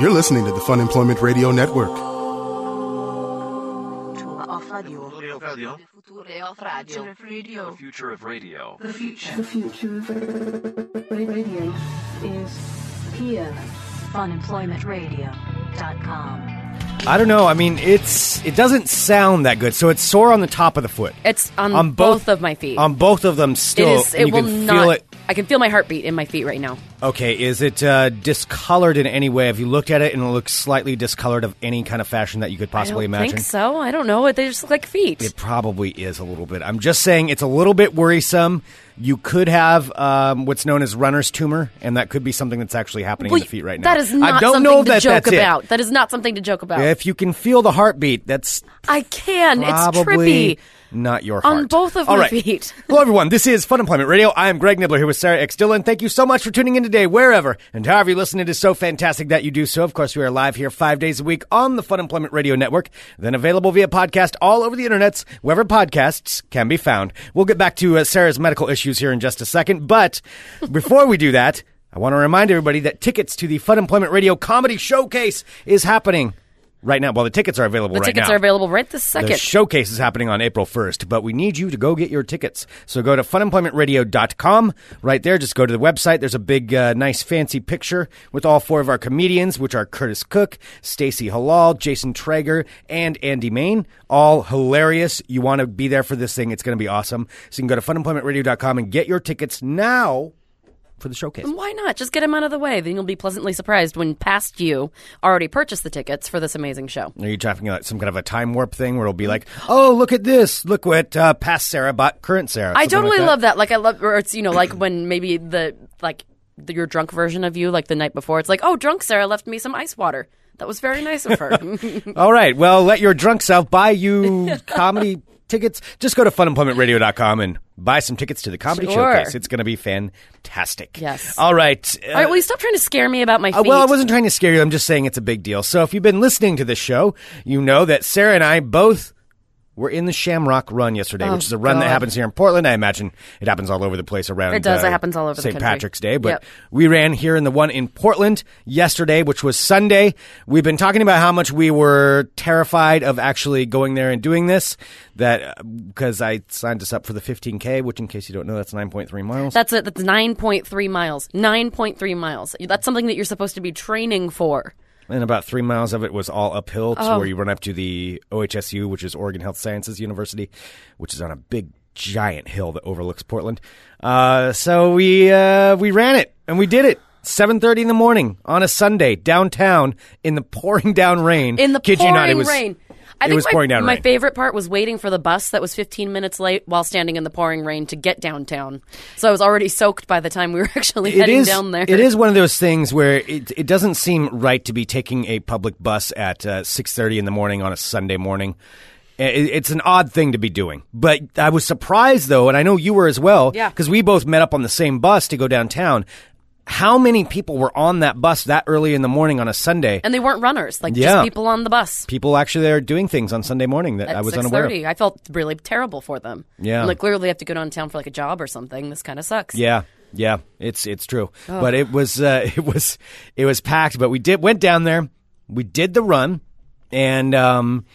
You're listening to the Fun Employment Radio Network. Future of radio. Future Future of of radio. radio. The future of radio. The future. The future of radio is here. funemploymentradio.com. I don't know. I mean, it's it doesn't sound that good. So it's sore on the top of the foot. It's on, On both- Um, both, of my feet. On both of them, still, it is. and It you will can not. feel it. I can feel my heartbeat in my feet right now. Okay, is it uh, discolored in any way? Have you looked at it and it looks slightly discolored of any kind of fashion that you could I possibly don't imagine? think so. I don't know. They just look like feet. It probably is a little bit. I'm just saying it's a little bit worrisome. You could have um, what's known as runner's tumor, and that could be something that's actually happening Well, in the feet right now. That is not I don't something know to that joke that's it. about. That is not something to joke about. If you can feel the heartbeat, that's I can. it's probably trippy. not your heart. On both of All my right. feet. Hello, everyone. This is Fun Employment Radio. I am Greg Nibbler here with Sarah X. Dillon. Thank you so much for tuning in today, wherever and however you listen. It is so fantastic that you do so. Of course, we are live here five days a week on the Fun Employment Radio Network, then available via podcast all over the internets, wherever podcasts can be found. We'll get back to uh, Sarah's medical issues here in just a second. But before we do that, I want to remind everybody that tickets to the Fun Employment Radio Comedy Showcase is happening right now. Well, the tickets are available The right tickets now. are available right this The second. showcase is happening on April 1st, but we need you to go get your tickets. So go to funemploymentradio.com right there. Just go to the website. There's a big, uh, nice, fancy picture with all four of our comedians, which are Curtis Cook, Stacy Halal, Jason Traeger, and Andy Main. All hilarious. You want to be there for this thing. It's going to be awesome. So you can go to funemploymentradio.com and get your tickets now for the showcase. Why not? Just get them out of the way. Then you'll be pleasantly surprised when past you already purchased the tickets for this amazing show. Are you talking about some kind of a time warp thing where it'll be like, oh, look at this. Look what uh, past Sarah bought current Sarah. I Something like totally that. love that. Like I love, or it's you know, like when maybe the like the, your drunk version of you, like the night before, it's like, oh, drunk Sarah left me some ice water. That was very nice of her. All right. Well, let your drunk self buy you comedy tickets. Just go to funemploymentradio.com and buy some tickets to the comedy Sure. showcase. It's going to be fantastic. Yes. All right. All right, will you stop trying to scare me about my feet? Uh, well, I wasn't trying to scare you. I'm just saying it's a big deal. So if you've been listening to this show, you know that Sarah and I both were in the Shamrock Run yesterday, which is a run that Oh, God. happens here in Portland. I imagine it happens all over the place around. It does. It happens all over the St. country. Patrick's Day, but Yep. we ran here in the one in Portland yesterday, which was Sunday. We've been talking about how much we were terrified of actually going there and doing this. That because I signed us up for the 15k, which, in case you don't know, that's 9.3 miles. That's it. That's nine point three miles. Nine point three miles. That's something that you're supposed to be training for. And about three miles of it was all uphill Oh. to where you run up to the OHSU, which is Oregon Health Sciences University, which is on a big, giant hill that overlooks Portland. Uh, so we uh, we ran it and we did it. 7:30 in the morning on a Sunday downtown in the pouring down rain. In the Kid pouring you not, it was, rain. I it think was my, pouring down my rain. favorite part was waiting for the bus that was 15 minutes late while standing in the pouring rain to get downtown. So I was already soaked by the time we were actually It heading is. down there. It is one of those things where it, it doesn't seem right to be taking a public bus at uh, six thirty in the morning on a Sunday morning. I- it's an odd thing to be doing, but I was surprised though, and I know you were as well, Yeah. because we both met up on the same bus to go downtown. How many people were on that bus that early in the morning on a Sunday? And they weren't runners, like Yeah. just people on the bus. people actually are doing things on Sunday morning that At I was 6:30. unaware of. I felt really terrible for them. Yeah. I'm like clearly I have to go downtown for like a job or something. This kind of sucks. Yeah, yeah, it's it's true. Oh. But it was uh, it was it was packed. But we did went down there. We did the run, and um,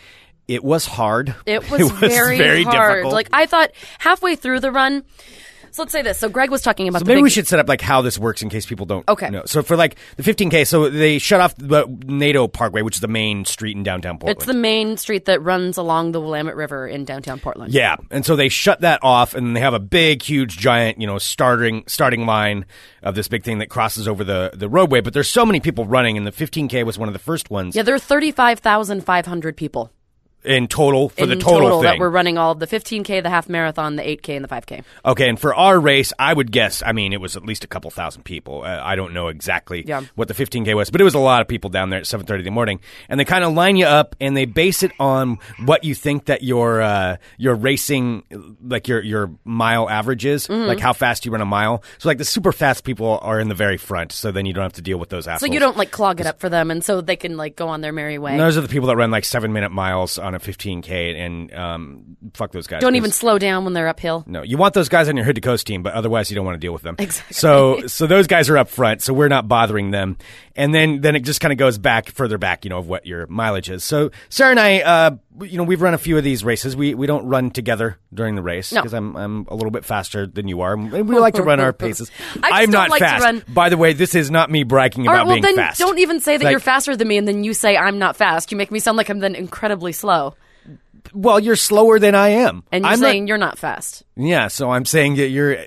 it was hard. It was, very, hard. Like I thought halfway through the run. So let's say this. So Greg was talking about so the maybe big, we should set up like how this works in case people don't Okay. know. So for like the 15k, so they shut off the NATO Parkway, which is the main street in downtown Portland. It's the main street that runs along the Willamette River in downtown Portland. Yeah, and so they shut that off, and they have a big, huge, giant, you know, starting starting line of this big thing that crosses over the the roadway. But there's so many people running, and the 15k was one of the first ones Yeah, there are 35,500 people in total for in the total, thing. that were running all of the 15K, the half marathon, the 8K, and the 5K. Okay, and for our race, I would guess. I mean, it was at least a couple thousand people. Uh, I don't know exactly Yeah. what the 15k was, but it was a lot of people down there at 7:30 in the morning. And they kind of line you up, and they base it on what you think that your uh, your racing, like your your mile average is, Mm-hmm. like how fast you run a mile. So like the super fast people are in the very front, so then you don't have to deal with those So assholes. you don't like clog it up for them, and so they can like go on their merry way. And those are the people that run like seven minute miles on a a 15K and um, fuck those guys. Don't even 'cause- slow down when they're uphill. No, you want those guys on your hood to coast team, but otherwise you don't want to deal with them. Exactly. So, so those guys are up front, so we're not bothering them. And then, then it just kind of goes back further back, you know, of what your mileage is. So Sarah and I, uh, you know, we've run a few of these races. We we don't run together during the race No. because I'm I'm a little bit faster than you are. and We like to run our paces. I just don't am not like to fast. run- By the way, this is not me bragging All about right, well then being fast. don't even say that Like- you're faster than me and then you say I'm not fast. You make me sound like I'm then incredibly slow. Well, you're slower than I am. And you're I'm not- saying you're not fast. Yeah, so I'm saying that you're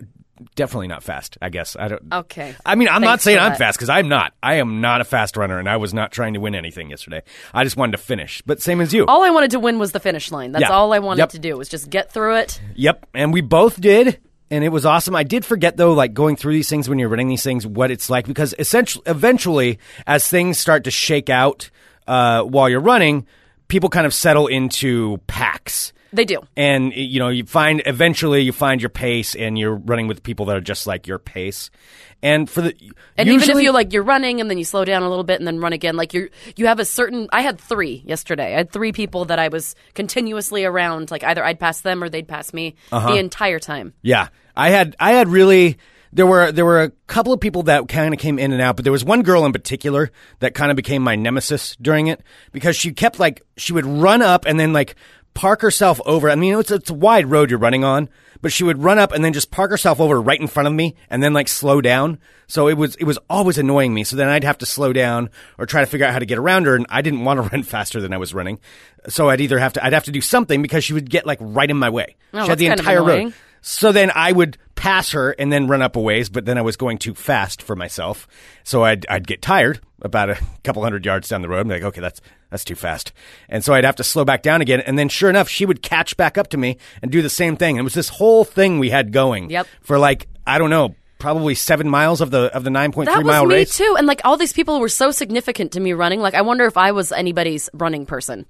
definitely not fast. I guess I don't. Okay. I mean, I'm not Thanks saying for I'm that. fast because I'm not. I am not a fast runner, and I was not trying to win anything yesterday. I just wanted to finish. But same as you. All I wanted to win was the finish line. That's Yeah. all I wanted Yep. to do was just get through it. Yep, and we both did, and it was awesome. I did forget though, like going through these things when you're running these things, what it's like because essentially, eventually, as things start to shake out uh, while you're running, people kind of settle into packs. They do. and you know you find eventually you find your pace and you're running with people that are just like your pace and for the And even usually- if you like you're running and then you slow down a little bit and then run again, like you you have a certain I had 3 yesterday. I had 3 people that I was continuously around like either I'd pass them or they'd pass me Uh-huh. the entire time. yeah i had i had really there were there were a couple of people that kind of came in and out but there was one girl in particular that kind of became my nemesis during it because she kept like she would run up and then like park herself over i mean it's, it's a wide road you're running on but she would run up and then just park herself over right in front of me and then like slow down so it was it was always annoying me so then i'd have to slow down or try to figure out how to get around her and i didn't want to run faster than i was running so i'd either have to i'd have to do something because she would get like right in my way Oh, she had that's the kind of entire road annoying. so then I would pass her and then run up a ways, but then I was going too fast for myself. So I'd, I'd get tired about a couple hundred yards down the road. I'm like, okay, that's, that's too fast. And so I'd have to slow back down again. And then sure enough, she would catch back up to me and do the same thing. It was this whole thing we had going Yep. for like, I don't know, probably seven miles of the, of the 9.3 That was mile me race. too. And like all these people were so significant to me running. Like I wonder if I was anybody's running person.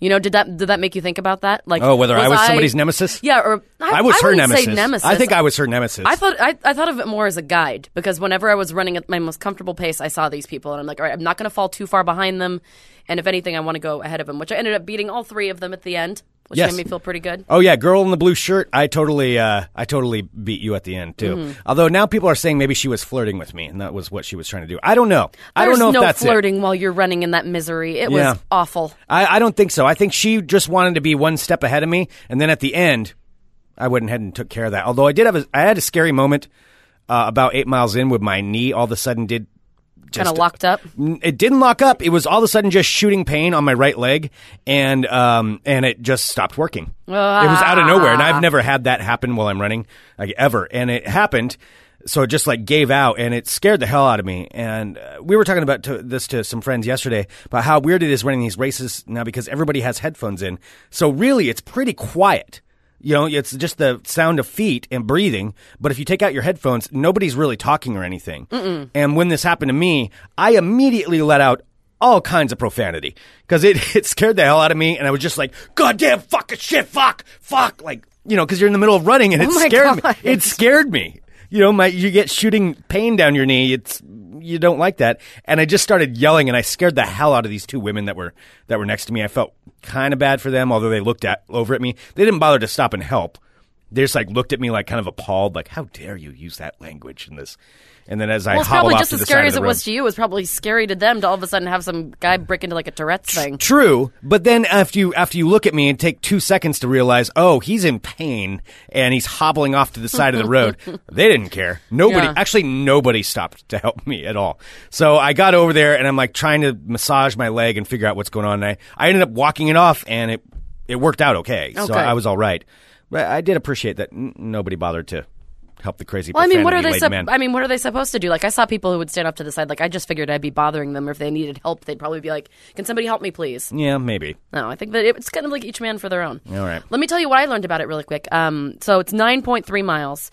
You know, did that did that make you think about that? Like Oh, whether I was somebody's nemesis? Yeah, or I, I was her wouldn't nemesis. Say nemesis. I think I was her nemesis. I thought I, I thought of it more as a guide because whenever I was running at my most comfortable pace, I saw these people and I'm like, all right, I'm not going to fall too far behind them, and if anything, I want to go ahead of them. Which I ended up beating all three of them at the end, which Yes. made me feel pretty good. Oh yeah, girl in the blue shirt. I totally, uh, I totally beat you at the end too. Mm-hmm. Although now people are saying maybe she was flirting with me, and that was what she was trying to do. I don't know. I don't There's know no if that's it. flirting while you're running in that misery. It Yeah. was awful. I, I don't think so. I think she just wanted to be one step ahead of me, and then at the end, I went ahead and took care of that. Although I did have, a, I had a scary moment uh, about eight miles in with my knee. All of a sudden, did Kind of locked up. it didn't lock up. It was all of a sudden just shooting pain on my right leg, and um, and it just stopped working. It was out of nowhere, and I've never had that happen while I'm running, like ever. And it happened, so it just like gave out, and it scared the hell out of me. And uh, we were talking about to, this to some friends yesterday about how weird it is running these races now because everybody has headphones in. So really, it's pretty quiet. You know, it's just the sound of feet and breathing. But if you take out your headphones, nobody's really talking or anything. And when this happened to me, I immediately let out all kinds of profanity because it, it scared the hell out of me. And I was just like, goddamn fucking shit, fuck, fuck. Like, you know, because you're in the middle of running and it Oh my scared God. me. It scared me. You know, my you get shooting pain down your knee. It's you don't like that. And I just started yelling, and I scared the hell out of these two women that were that were next to me. I felt kind of bad for them, although they looked at over at me. They didn't bother to stop and help. They just like looked at me like kind of appalled, like how dare you use that language in this. And then as I Well, it's hobbled probably off just to as the scary side as of it the road- was to you. It was probably scary to them to all of a sudden have some guy break into like a Tourette's thing. True, but then after you after you look at me and take two seconds to realize, oh, he's in pain and he's hobbling off to the side of the road. They didn't care. Nobody, Yeah. actually, nobody stopped to help me at all. So I got over there and I'm like trying to massage my leg and figure out what's going on. And I I ended up walking it off and it it worked out okay. So Okay. I was all right. But I did appreciate that n- nobody bothered to help the crazy. Well, I mean, what are they? profanity-laden Sup- man. I mean, what are they supposed to do? Like, I saw people who would stand off to the side. Like, I just figured I'd be bothering them, or if they needed help, they'd probably be like, "Can somebody help me, please?" yeah, maybe. No, I think that it's kind of like each man for their own. All right. Let me tell you what I learned about it really quick. Um, so it's 9.3 miles.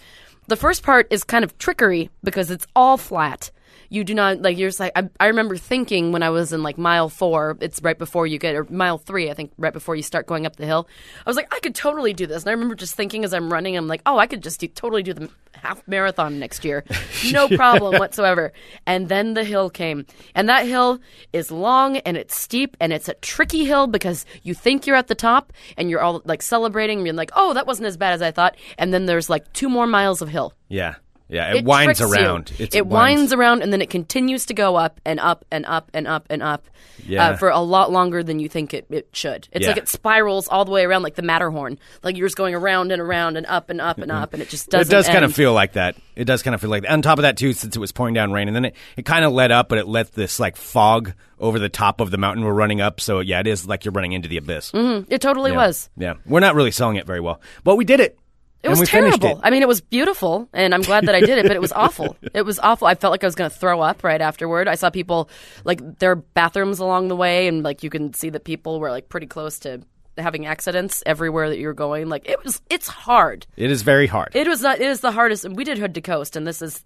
The first part is kind of trickery because it's all flat. You do not like you're just like I, I remember thinking when I was in like mile four, it's right before you get or mile three, I think right before you start going up the hill. I was like, I could totally do this, and I remember just thinking as I'm running, I'm like, oh, I could just do, totally do the half marathon next year. No problem whatsoever. And then the hill came. And that hill is long and it's steep and it's a tricky hill because you think you're at the top and you're all like celebrating and you're like, oh, that wasn't as bad as I thought. And then there's like two more miles of hill. Yeah. Yeah. It, winds tricks you. around. It's- It winds around and then it continues to go up and up and up and up and up Yeah. uh, for a lot longer than you think it, it should. It's Yeah. like it spirals all the way around like the Matterhorn. Like you're just going around and around and up and up and up and it just doesn't it does kind end. of feel like that. It does kind of feel like that. On top of that, too, since it was pouring down rain, and then it, it kind of let up, but it let this like fog over the top of the mountain we're running up. So yeah, it is like you're running into the abyss. Mm, It totally Yeah. was. Yeah, we're not really selling it very well, but we did it. It was and we terrible. Finished it. I mean, it was beautiful, and I'm glad that I did it, but it was awful. It was awful. I felt like I was going to throw up right afterward. I saw people, like, their bathrooms along the way, and, like, you can see that people were, like, pretty close to having accidents everywhere that you're going. Like, it was, it's hard. It is very hard. It was not, it is the hardest. And we did Hood to Coast, and this is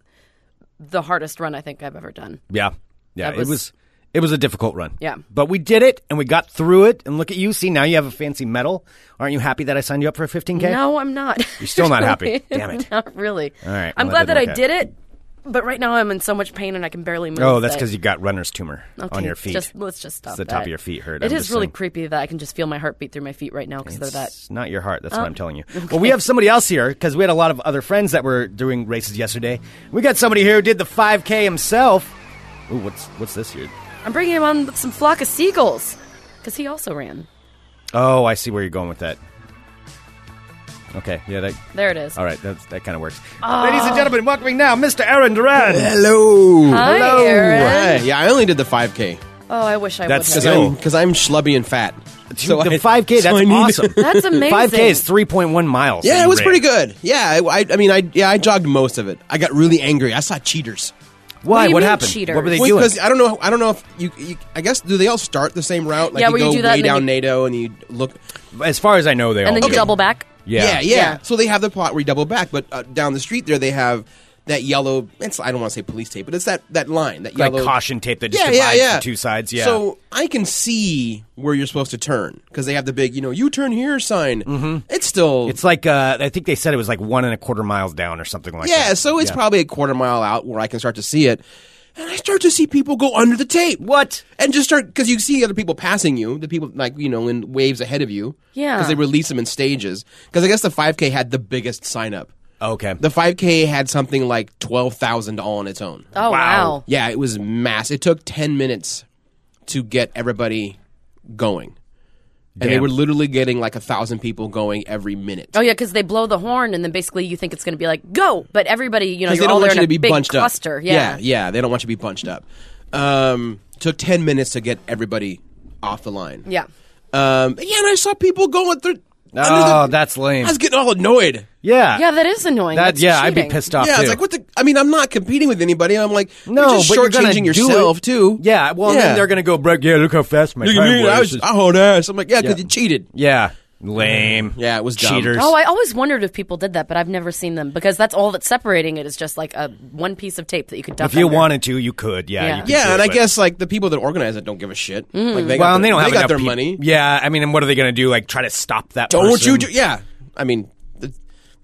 the hardest run I think I've ever done. yeah, yeah. That it was- was it was a difficult run. Yeah. but we did it, and we got through it. And look at you. See, now you have a fancy medal. Aren't you happy that I signed you up for a 15k? No, I'm not. You're still not happy. Damn it. not really. All right, I'm well, glad that that I didn't work did it, but right now I'm in so much pain and I can barely move. Oh, that's that- because you got runner's tumor on Okay, your feet. Just, let's just stop. It's the that. top of your feet hurt. It I'm is just really saying. creepy that I can just feel my heartbeat through my feet right now because they're that. Oh. It's not your heart. That's what I'm telling you. Well, we have somebody else here because we had a lot of other friends that were doing races yesterday. We got somebody here who did the 5K himself. Ooh, what's what's this here? I'm bringing him on with some flock of seagulls because he also ran. Oh, I see where you're going with that. Okay, yeah, that. There it is. All right, that's, that kind of works. Ladies Oh. and gentlemen, welcoming now Mr. Aaron Duran. Hello. Hi, Aaron. Hi. Yeah, I only did the 5K Oh, I wish I That's would. Have. because so- I'm because I'm schlubby and fat. So the I- 5K, so that's I need- awesome. That's amazing. 5K is 3.1 miles. Yeah, that it was you pretty ran. good. Yeah, I, I, I mean, I yeah, I jogged most of it. I got really angry. I saw cheaters. Why? do you What, mean, happened? cheaters? What were they Well, doing? because I don't know. I don't know if you, you. I guess do they all start the same route? Like Yeah, you where you go do that way and then down you- NATO and you look. As far as I know, they all And then you do. double back. Yeah. yeah, Yeah. So they have the plot where you double back, but uh, down the street there they have that yellow. It's I don't want to say police tape, but it's that that line that Like yellow caution tape that just divides the two sides. Yeah. So I can see where you're supposed to turn because they have the big, you know, you turn here sign. Mm-hmm. It's still, It's like uh, I think they said it was like one and a quarter miles down or something like that. yeah. So it's probably a quarter mile out where I can start to see it, and I start to see people go under the tape. What? And just start because you see other people passing you, the people like you know in waves ahead of you. Yeah. Because they release them in stages. Because I guess the 5K had the biggest sign up. Okay. The 5K had something like 12,000 all on its own. Oh wow. Yeah, it was mass. It took 10 minutes to get everybody going. And they Damn. were literally getting like a thousand people going every minute. Oh yeah, because they blow the horn and then basically you think it's going to be like go, but everybody you know Because you're they all don't there want in you a to be big bunched cluster. up. Yeah. yeah, They don't want you to be bunched up. Um, took 10 minutes to get everybody off the line. Yeah. Um, yeah, and I saw people going through. Oh, that's lame. I was getting all annoyed. yeah. Yeah, that is annoying. That- That's yeah, I'd be cheating. pissed off. Yeah, I too. was like, what the? I mean, I'm not competing with anybody. I'm like, No, you're just but you're gonna shortchanging do yourself it. too. Yeah. Well, yeah. then they're gonna go break. Yeah, look how fast my Look at time me, was. I was, I hauled ass. I'm like, yeah, because Yeah. you cheated. yeah. Lame. Yeah, it was dumb. cheaters. Oh, I always wondered if people did that, but I've never seen them because that's all that's separating it is just like a one piece of tape that you could dump. if you under. wanted to, you could. Yeah. Yeah. you could do Yeah, and it, I but- guess like the people that organize it don't give a shit. Mm. Like they got Well, their, and they don't have got enough their peop- money. Yeah. I mean, and what are they gonna do? Like try to stop that? Don't person? you do? Yeah, I mean, th-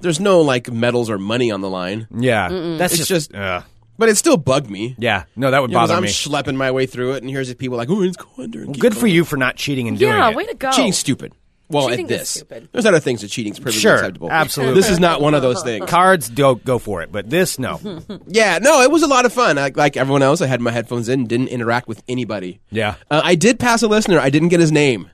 there's no like medals or money on the line, Yeah. That's It's just. just- ugh. but it still bugged me. yeah. No, that would You know, 'cause bother I'm me. schlepping my way through it, and here's these people like, oh, it's go under. and keep Good for going." you for not cheating and doing Yeah, it. way to go. Cheating's stupid. Well, Oh. Cheating at is this, stupid. there's other things that cheating's perfectly Sure, acceptable. absolutely. this is not one of those things. Cards, do go for it, but this, no. Yeah, no, it was a lot of fun. I, like everyone else, I had my headphones in, didn't interact with anybody. Yeah. uh, I did pass a listener. I didn't get his name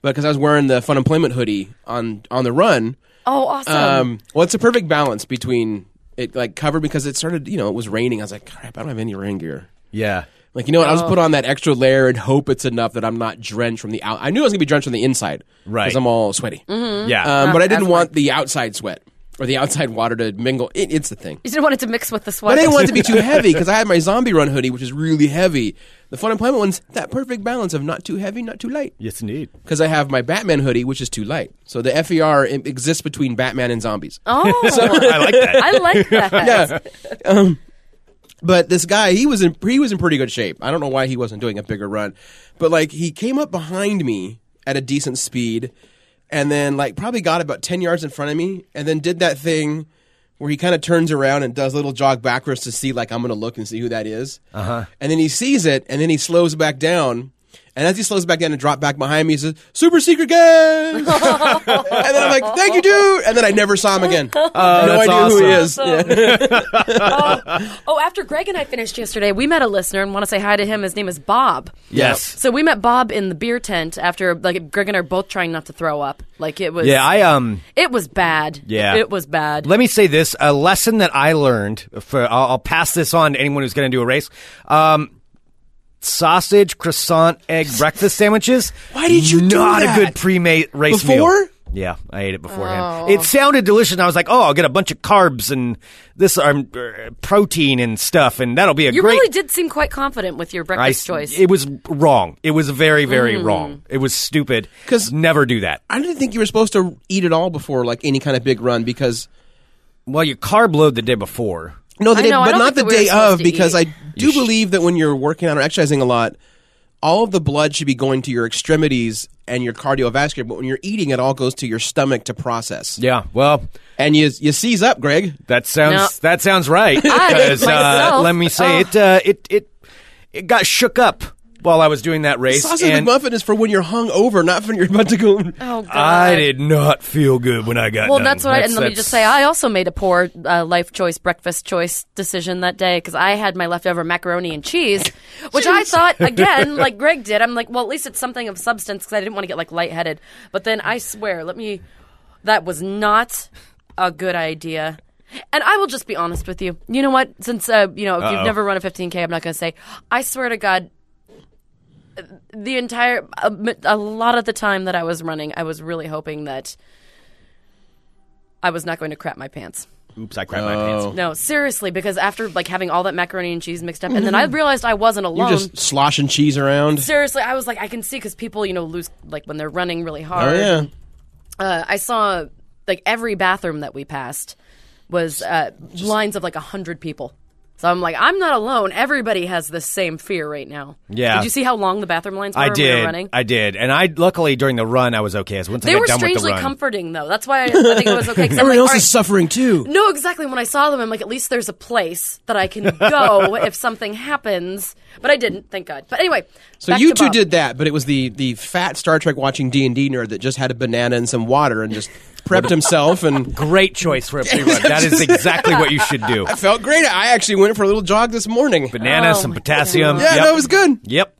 because I was wearing the fun employment hoodie on on the run. Oh, awesome. Uh, Um, well, it's a perfect balance between it like covered because it started, you know, it was raining. I was like, crap, I don't have any rain gear. yeah. Like, you know what? I'll just put on that extra layer and hope it's enough that I'm not drenched from the out. I knew I was gonna be drenched from the inside, Right. Because I'm all sweaty. Mm-hmm. Yeah. Um, but I didn't want the outside sweat or the outside water to mingle. It, it's the thing. you didn't want it to mix with the sweat. But I didn't want it to be too heavy because I had my zombie run hoodie, which is really heavy. The fun employment one's that perfect balance of not too heavy, not too light. yes, indeed. Because I have my Batman hoodie, which is too light. So the FER it exists between Batman and zombies. Oh, I like that. I like that. yeah. Um, but this guy, he was in he was in pretty good shape. I don't know why he wasn't doing a bigger run, but like he came up behind me at a decent speed, and then like probably got about ten yards in front of me, and then did that thing where he kind of turns around and does a little jog backwards to see, like, I'm going to look and see who that is. Uh-huh. And then he sees it, and then he slows back down. And as he slows back down and drop back behind me, he says, Super Secret Gang! and then I'm like, thank you, dude! And then I never saw him again. no that's idea who he is. Awesome. oh, oh, after Greg and I finished yesterday, we met a listener and want to say hi to him. His name is Bob. Yes. So we met Bob in the beer tent after like Greg and I are both trying not to throw up. Like it was Yeah, I um. it was bad. Yeah. It was bad. Let me say this: a lesson that I learned. For I'll, I'll pass this on to anyone who's going to do a race. Um, sausage, croissant, egg breakfast sandwiches. Why did you do Not that? a good pre-race race meal. Before? Oh. Yeah, I ate it beforehand. It sounded delicious. And I was like, "Oh, I'll get a bunch of carbs and this um, uh, protein and stuff, and that'll be a you great." really did seem quite confident with your I- breakfast choice. Mm-hmm. It was wrong. It was very, very wrong. It was stupid. 'Cause- never do that. I didn't think you were supposed to eat it all before, like, any kind of big run because. Well, you carb load the day before. No, they I did, know, I but don't not think that we the were day supposed of to because eat. I do believe that when you're working out or exercising a lot, all of the blood should be going to your extremities and your cardiovascular. But when you're eating, it all goes to your stomach to process. Yeah. Well, And you you seize up, Greg. That sounds No. that sounds right. Because, uh, myself. Oh. let me say it, uh, it it it got shook up while I was doing that race, Sausage and McMuffin is for when you're hung over, not when you're about to go. oh god. I did not feel good when I got. Well, done. that's what. I, and let me just say, I also made a poor uh, life choice, breakfast choice decision that day because I had my leftover macaroni and cheese, which I thought again, like Greg did. I'm like, well, at least it's something of substance because I didn't want to get like lightheaded. But then I swear, let me. That was not a good idea. And I will just be honest with you. You know what? Since uh, you know if you've never run a 15k, I'm not going to say. I swear to God, uh, the entire a, a lot of the time that I was running, I was really hoping that I was not going to crap my pants. oops, I crapped my pants. No, seriously, because after like having all that macaroni and cheese mixed up, and then Mm-hmm. I realized I wasn't You're alone. just sloshing cheese around. Seriously, I was like, I can see because people, you know, lose like when they're running really hard. Oh yeah. uh, I saw like every bathroom that we passed was uh, lines of like a hundred people. So I'm like, I'm not alone. Everybody has the same fear right now. Yeah. Did you see how long the bathroom lines were I when we were running? did, I did, and I luckily during the run I was okay. So once I they got were done with the strangely run, comforting though. That's why I, I think it was okay. 'cause I'm Everyone like, else all right, is suffering too. No, exactly. When I saw them, I'm like, at least there's a place that I can go if something happens. But I didn't, thank God. But anyway, So you two did that, but it was the the fat Star Trek watching D and D nerd that just had a banana and some water and just prepped himself and great choice for a pre-run. that is exactly what you should do. felt great. I actually went for a little jog this morning. Banana, Oh some my potassium. God. yeah, yep. no, it was good. Yep.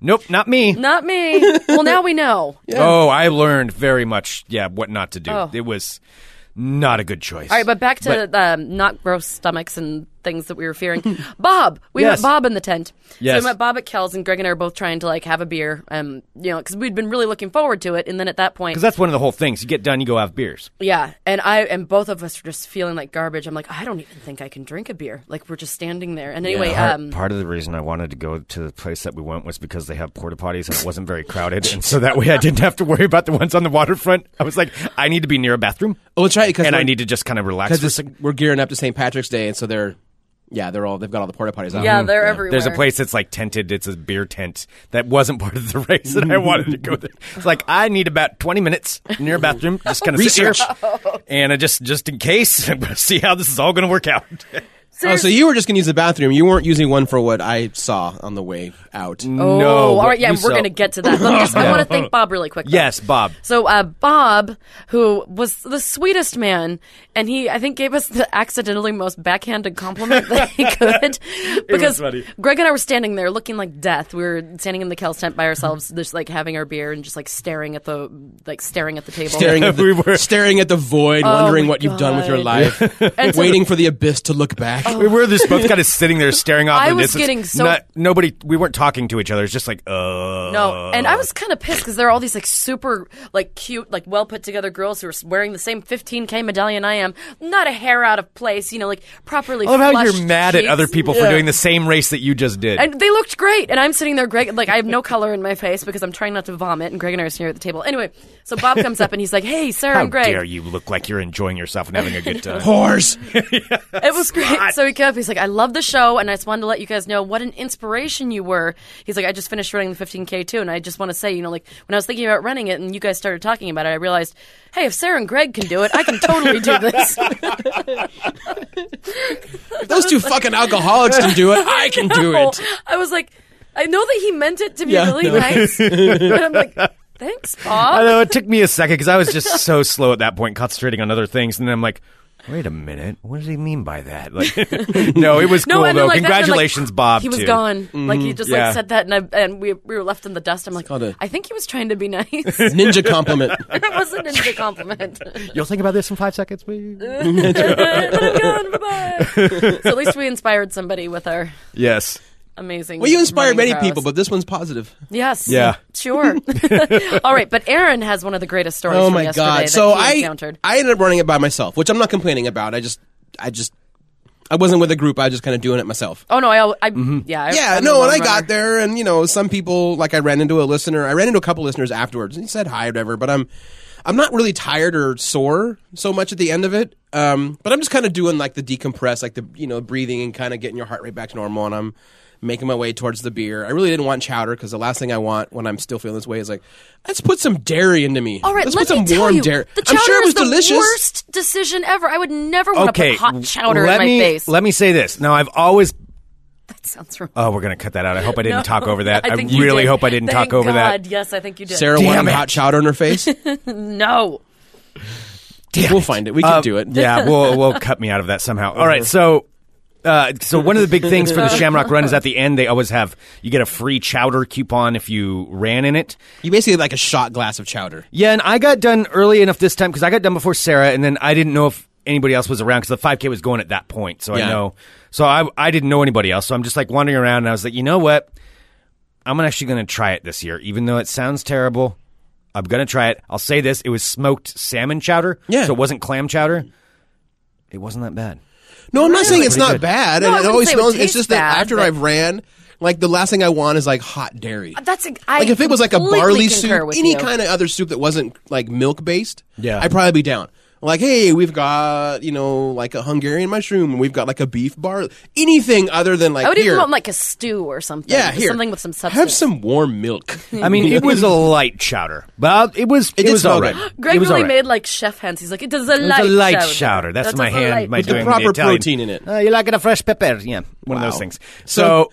Nope, not me. Not me. well, now we know. Oh, I learned very much. Yeah, what not to do. Oh. It was not a good choice. All right, but back to um, not gross stomachs and things that we were fearing. Bob, we Yes. met Bob in the tent. Yes. So we met Bob at Kells, and Greg and I were both trying to like have a beer, um, you know, because we'd been really looking forward to it. And then at that point, Because that's one of the whole things. You get done, you go have beers. Yeah, and I and both of us are just feeling like garbage. I'm like, I don't even think I can drink a beer. Like we're just standing there. And anyway, part, um, part of the reason I wanted to go to the place that we went was because they have porta potties and it wasn't very crowded, and so that way I didn't have to worry about the ones on the waterfront. I was like, I need to be near a bathroom, Well, that's right. Cause and I we're- need to just kind of relax. Cause For a it's, second. we're gearing up to St. Patrick's Day, and so they're, yeah, they're all they've got all the porta potties out. yeah, they're everywhere. There's a place that's like tented. It's a beer tent that wasn't part of the race, and I wanted to go there. It's like I need about 20 minutes near a bathroom, just kind of Research. sit here, and I just just in case, see how this is all going to work out. Oh, so you were just gonna use the bathroom. You weren't using one for what I saw on the way out. Oh, no, all what right. Yeah, you we're saw- going to get to that. Let me just, I want to thank Bob really quick. though. Yes, Bob. So uh, Bob, who was the sweetest man, and he I think gave us the accidentally most backhanded compliment that he could, because funny. Greg and I were standing there looking like death. We were standing in the Kells tent by ourselves, just like having our beer and just like staring at the like staring at the table. Staring at the, We were- staring at the void, wondering Oh my what you've done with God. your Oh, life, And so- waiting for the abyss to look back. We were just both kind of sitting there staring off. I in the was distance. getting so- Not- nobody. We weren't talking to each other. It's just like, uh. No, and I was kind of pissed because there are all these like super like cute like well put together girls who are wearing the same 15k medallion I am, not a hair out of place, you know, like properly. I love how you're flushed mad at cheeks. other people for doing the same race that you just did. And they looked great, and I'm sitting there, Greg. Like I have no color in my face because I'm trying not to vomit, and Greg and I are sitting here at the table. Anyway, so Bob comes up and he's like, "Hey, Sarah, how I'm Greg." dare you look like you're enjoying yourself and having a good time? Whores. It was great. God. So he kept, he's like, I love the show, and I just wanted to let you guys know what an inspiration you were. He's like, I just finished running the 15K too, and I just want to say, you know, like, when I was thinking about running it and you guys started talking about it, I realized, hey, if Sarah and Greg can do it, I can totally do this. If those two fucking alcoholics can do it, I can do it. I was like, I know that he meant it to be Yeah, really no. nice, and I'm like, thanks, I Bob. know it took me a second because I was just so slow at that point, concentrating on other things, and then I'm like. Wait a minute. What does he mean by that? Like, no, it was cool and though. then, like, that- and then, like, Congratulations, Bob. He was too. Mm-hmm. gone. Like he just Yeah. like said that, and I, and we we were left in the dust. I'm like, called a- I think he was trying to be nice. it Ninja compliment. wasn't a compliment. You'll think about this in five seconds, please. Uh, so at least we inspired somebody with our yes. amazing. Well, you running inspired many prowess. people, but this one's positive. yes, Yeah. sure. All right, but Aaron has one of the greatest stories. Oh from my yesterday god! that So he I encountered. I ended up running it by myself, which I'm not complaining about. I just I just I wasn't with a group. I was just kind of doing it myself. Oh no! I, al- I yeah I, Mm-hmm. yeah, I'm a no, and lone I runner. got there, and you know, some people like I ran into a listener. I ran into a couple listeners afterwards, and he said hi, or whatever. But I'm, I'm not really tired or sore so much at the end of it. Um, but I'm just kind of doing like the decompress, like the you know breathing and kind of getting your heart rate back to normal, and I'm making my way towards the beer. I really didn't want chowder because the last thing I want when I'm still feeling this way is like, let's put some dairy into me. All right, let's let put some me tell warm you, dairy. The I'm chowder sure it was is the delicious. worst decision ever. I would never want to Okay. put hot chowder let in my me, face. Let me say this. Now, I've always. that sounds wrong. Oh, we're going to cut that out. I hope I didn't No, talk over that. I, think you really did. hope I didn't Thank talk over God. that. Yes, I think you did. Sarah Damn wanted it. hot chowder in her face. no. we'll find it. We Uh, can do it. Uh, yeah, we'll, we'll cut me out of that somehow. All right, so. Uh, so one of the big things for the Shamrock Run is at the end they always have you get a free chowder coupon if you ran in it. You basically had, like a shot glass of chowder. Yeah, and I got done early enough this time because I got done before Sarah, and then I didn't know if anybody else was around because the 5K was going at that point. So I Yeah. know, so I I didn't know anybody else. So I'm just like wandering around, and I was like, you know what, I'm actually going to try it this year, even though it sounds terrible. I'm going to try it. I'll say this: it was smoked salmon chowder. Yeah. so it wasn't clam chowder. It wasn't that bad. No, I'm not saying it's Pretty not good. bad, No, I and it wouldn't always say it would smells. It's taste just that bad, after but- Uh, I've ran, like the last thing I want is like hot dairy. That's a, I like if it was like a completely barley concur soup, with any you. kind of other soup that wasn't like milk based, Yeah. I'd probably be down. Like, hey, we've got you know like a Hungarian mushroom, and we've got like a beef bar. Anything other than like I would here, even want like a stew or something. yeah, here, something with some substance. Have some warm milk. I mean, it was a light chowder, but it was it, did was smell all right. good. Greg it was all really right. made like chef hands. He's like, it does a It light, was a light chowder. chowder. That's That my does a hand. light- My With the doing proper Italian. protein in it. Uh, you like it a fresh pepper? Yeah, one of those things. So,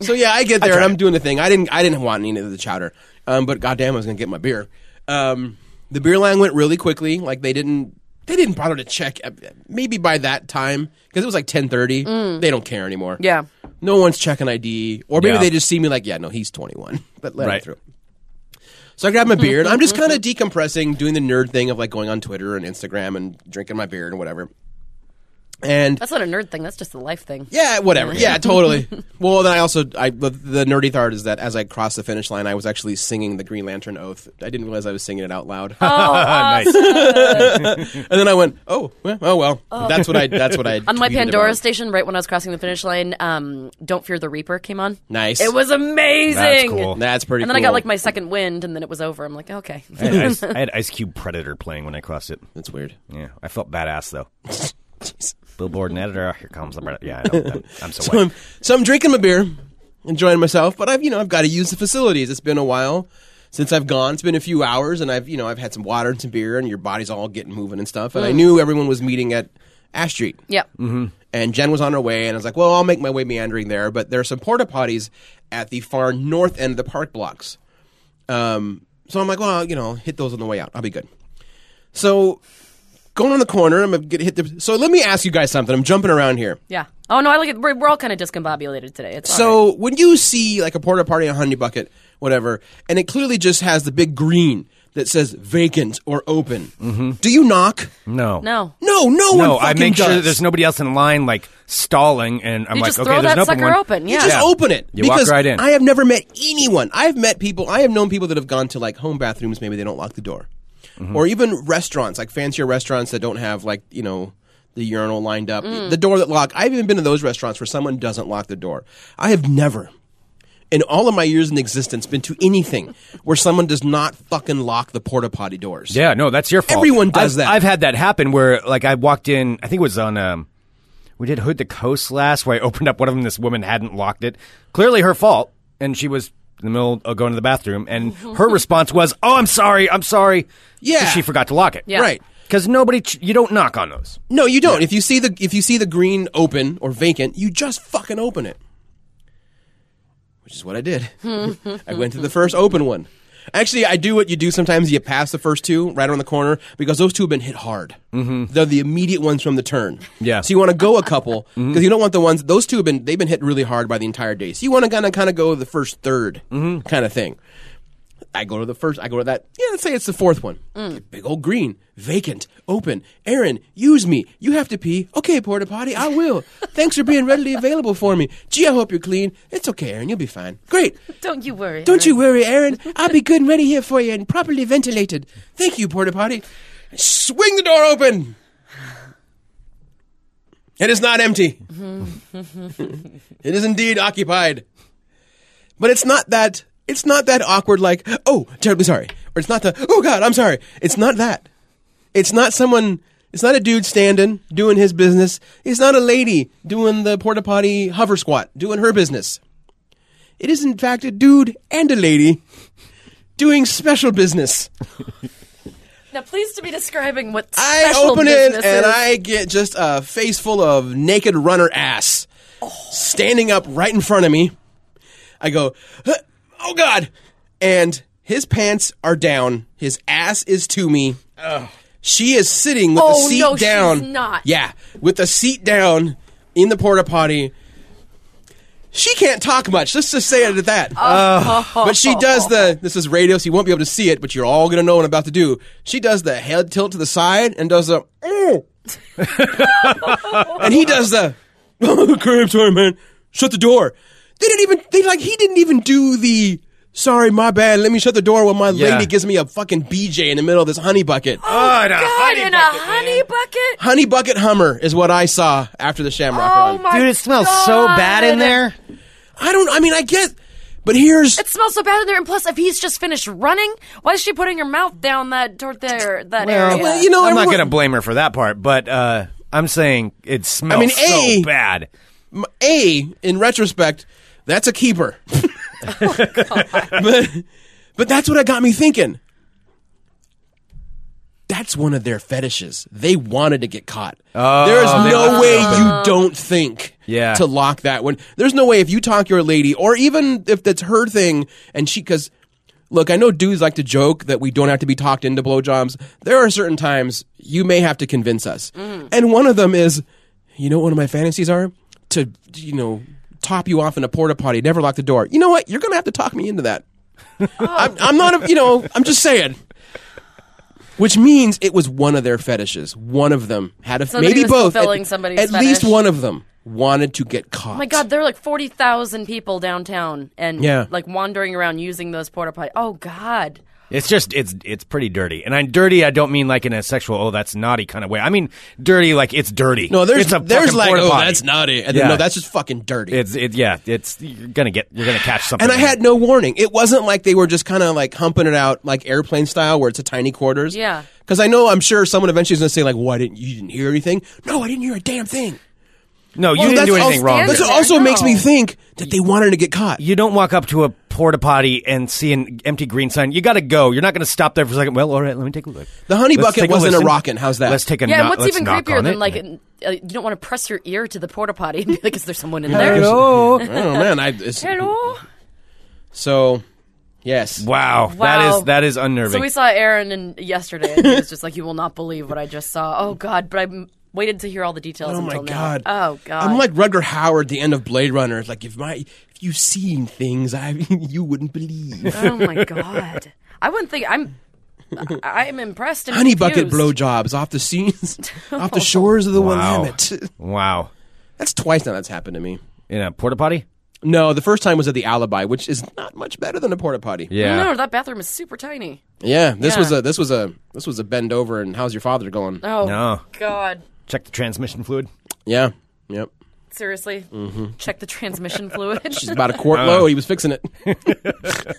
So yeah, I get there tried and I'm it. doing the thing. I didn't I didn't want any of the chowder. Um, but goddamn, I was gonna get my beer. Um, the beer line went really quickly. Like they didn't they didn't bother to check. uh, Maybe by that time because it was like ten thirty, they don't care anymore. Yeah. no one's checking ID, or maybe Yeah. they just see me like, yeah, no, he's twenty one, but let Right. him through. So I grab my beer and I'm just kind of decompressing, doing the nerd thing of like going on Twitter and Instagram and drinking my beer and whatever. And That's not a nerd thing. That's just a life thing. yeah, whatever. Yeah, totally. well, then I also I the, the nerdy part is that as I crossed the finish line, I was actually singing the Green Lantern Oath. I didn't realize I was singing it out loud. Oh. uh, uh, nice. and then I went, "Oh, well, oh well." That's what I that's what I On my tweeted Pandora about. station, right when I was crossing the finish line, um, "Don't Fear the Reaper" came on. Nice. It was amazing. That's cool. That's pretty And then I got cool. like my second wind, and then it was over. I'm like, okay. I had, Ice, I had Ice Cube Predator playing when I crossed it. That's weird. Yeah, I felt badass though. Billboard and editor, oh, here comes the Predator. Yeah, I know. I'm, I'm so, So white. I'm, so I'm drinking my beer, enjoying myself, but I've you know I've got to use the facilities. It's been a while since I've gone. It's been a few hours, and I've you know I've had some water and some beer, and your body's all getting moving and stuff. And Mm. I knew everyone was meeting at Ash Street. Yep. And Jen was on her way, and I was like, well, I'll make my way meandering there. But there are some porta potties at the far north end of the park blocks. Um, so I'm like, well, you know, hit those on the way out. I'll be good. So going on the corner, I'm going to get hit the. So let me ask you guys something. I'm jumping around here. Yeah. Oh no, I like it. We're, we're all kind of discombobulated today. It's all right. So when you see like a porta potty, a honey bucket, whatever, and it clearly just has the big green that says vacant or open, do you knock? no, no. No, no, one Mm-hmm. no. I fucking make sure does. that there's nobody else in line, like stalling, and I'm You like, just okay, throw there's that an open sucker one. open. Yeah. You just Yeah. open it. You walk because right in. I have never met anyone. I've met people. I have known people that have gone to like home bathrooms. Maybe they don't lock the door, Mm-hmm. or even restaurants like fancier restaurants that don't have like you know the urinal lined up, the door that lock. I've even been to those restaurants where someone doesn't lock the door. I have never. In all of my years in existence, been to anything where someone does not fucking lock the porta potty doors. Yeah, no, that's your fault. Everyone does I've- that. I've had that happen where, like, I walked in. I think it was on. Um, We did Hood the Coast last, where I opened up one of them. This woman hadn't locked it. Clearly her fault, and she was in the middle of going to the bathroom, and Mm-hmm. her response was, "Oh, I'm sorry, I'm sorry." Yeah. she forgot to lock it. Yeah. Right. because nobody, ch- you don't knock on those. No, you don't. If you see the if you see the green open or vacant, you just fucking open it. Which is what I did. I went to the first open one. Actually, I do what you do sometimes. You pass the first two right around the corner because those two have been hit hard. Mm-hmm. They're the immediate ones from the turn. Yeah. So you want to go a couple because you don't want the ones. Those two have been they've been hit really hard by the entire day. So you want to kind of kind of go the first 3rd kind of thing. I go to the first. I go to that. Yeah, let's say it's the fourth one. Big old green, vacant, open. Aaron, use me. You have to pee. Okay, porta potty, I will. Thanks for being readily available for me. Gee, I hope you're clean. It's okay, Aaron. You'll be fine. Great. Don't you worry. Don't you worry, Aaron. I'll be good and ready here for you and properly ventilated. Thank you, porta potty. Swing the door open. It is not empty. it is indeed occupied. But it's not that it's not that awkward like, "Oh, terribly sorry." Or it's not the, "Oh god, I'm sorry." It's not that. It's not someone it's not a dude standing doing his business. It's not a lady doing the porta potty hover squat, doing her business. It is, in fact, a dude and a lady doing special business. Now, please to be describing what I special open it business and is. I get just a face full of naked runner ass standing up right in front of me. I go, "Huh, oh God. And his pants are down. His ass is to me. She is sitting with Oh, the seat no, she's down. not. Yeah, with the seat down in the porta potty. She can't talk much. Let's just say it at that. Uh-huh. but she does the. This is radio, so you won't be able to see it, but you're all gonna know what I'm about to do. She does the head tilt to the side and does the. "Oh." and he does the. "Oh, Crap, sorry, man. Shut the door. They didn't even. They like. He didn't even do the. Sorry, my bad. Let me shut the door while my Yeah. lady gives me a fucking BJ in the middle of this honey bucket. Oh, and a God, honey in bucket, a man. honey bucket. honey bucket Hummer is what I saw after the Shamrock Oh Run. my Dude, it smells so bad in God. there. I don't. I mean, I get. But here's It smells so bad in there, and plus, if he's just finished running, why is she putting her mouth down that toward there that area? well, you know, I'm not everyone- going to blame her for that part, but uh, I'm saying it smells mean, so A- bad. A, in retrospect, that's a keeper. but, but that's what it got me thinking. That's one of their fetishes. They wanted to get caught. there is no way you don't think Yeah. to lock that one. There's no way if you talk your lady, or even if that's her thing, and she, because look, I know dudes like to joke that we don't have to be talked into blowjobs. There are certain times you may have to convince us. And one of them is, you know what one of my fantasies are? To, you know, top you off in a porta potty, never lock the door. You know what? You're going to have to talk me into that. I'm, I'm not, a, you know, I'm just saying. Which means it was one of their fetishes. One of them had a, Somebody maybe was both. fulfilling at somebody's at least fetish. one of them wanted to get caught. Oh my God, there are like forty thousand people downtown, and Yeah. like wandering around using those porta potty. Oh God, It's just it's it's pretty dirty, and I dirty. I don't mean like in a sexual oh that's naughty kind of way. I mean dirty like it's dirty. No, there's it's a there's fucking like porta oh potty. that's naughty, and then Yeah. no that's just fucking dirty. It's it yeah. It's you're gonna get you're gonna catch something. and I had no warning. It wasn't like they were just kind of like humping it out like airplane style, where it's a tiny quarters. Yeah. Because I know I'm sure someone eventually is gonna say like, "Why didn't you didn't hear anything?" No, I didn't hear a damn thing. no. You Well, didn't that's do anything also, wrong. That's there. what also No. makes me think that they wanted to get caught. You don't walk up to a porta potty and see an empty green sign. You gotta go. You're not gonna stop there for a second. Well, all right, let me take a look. The honey Let's bucket take wasn't a listen. rockin'. How's that? Let's take a yeah. knock- and what's let's even knock creepier on than it. like uh, you don't want to press your ear to the porta potty and be like, is there someone in there? Hello. oh man, I it's, Hello. so yes. Wow, that Wow. is that is unnerving. So we saw Aaron and yesterday, and he was just like, "You will not believe what I just saw." Oh God! But I m- waited to hear all the details. Oh my until god! Now. Oh God! I'm like Rudger Howard, the end of Blade Runner. It's like if my if you've seen things I you wouldn't believe. Oh my God! I wouldn't think I'm. I- I'm impressed. And honey bucket confused. blowjobs off the scenes, off the shores of the Willamette. wow. That's twice now that's happened to me. In a porta potty? No, the first time was at the Alibi, which is not much better than a porta potty. Yeah. No, that bathroom is super tiny. Yeah, Uh. this Yeah. was a this was a this was a bend over and how's your father going? Oh No. God! Check the transmission fluid. Yeah, yep. Seriously, Mm-hmm. check the transmission fluid. About a quart low, he was fixing it.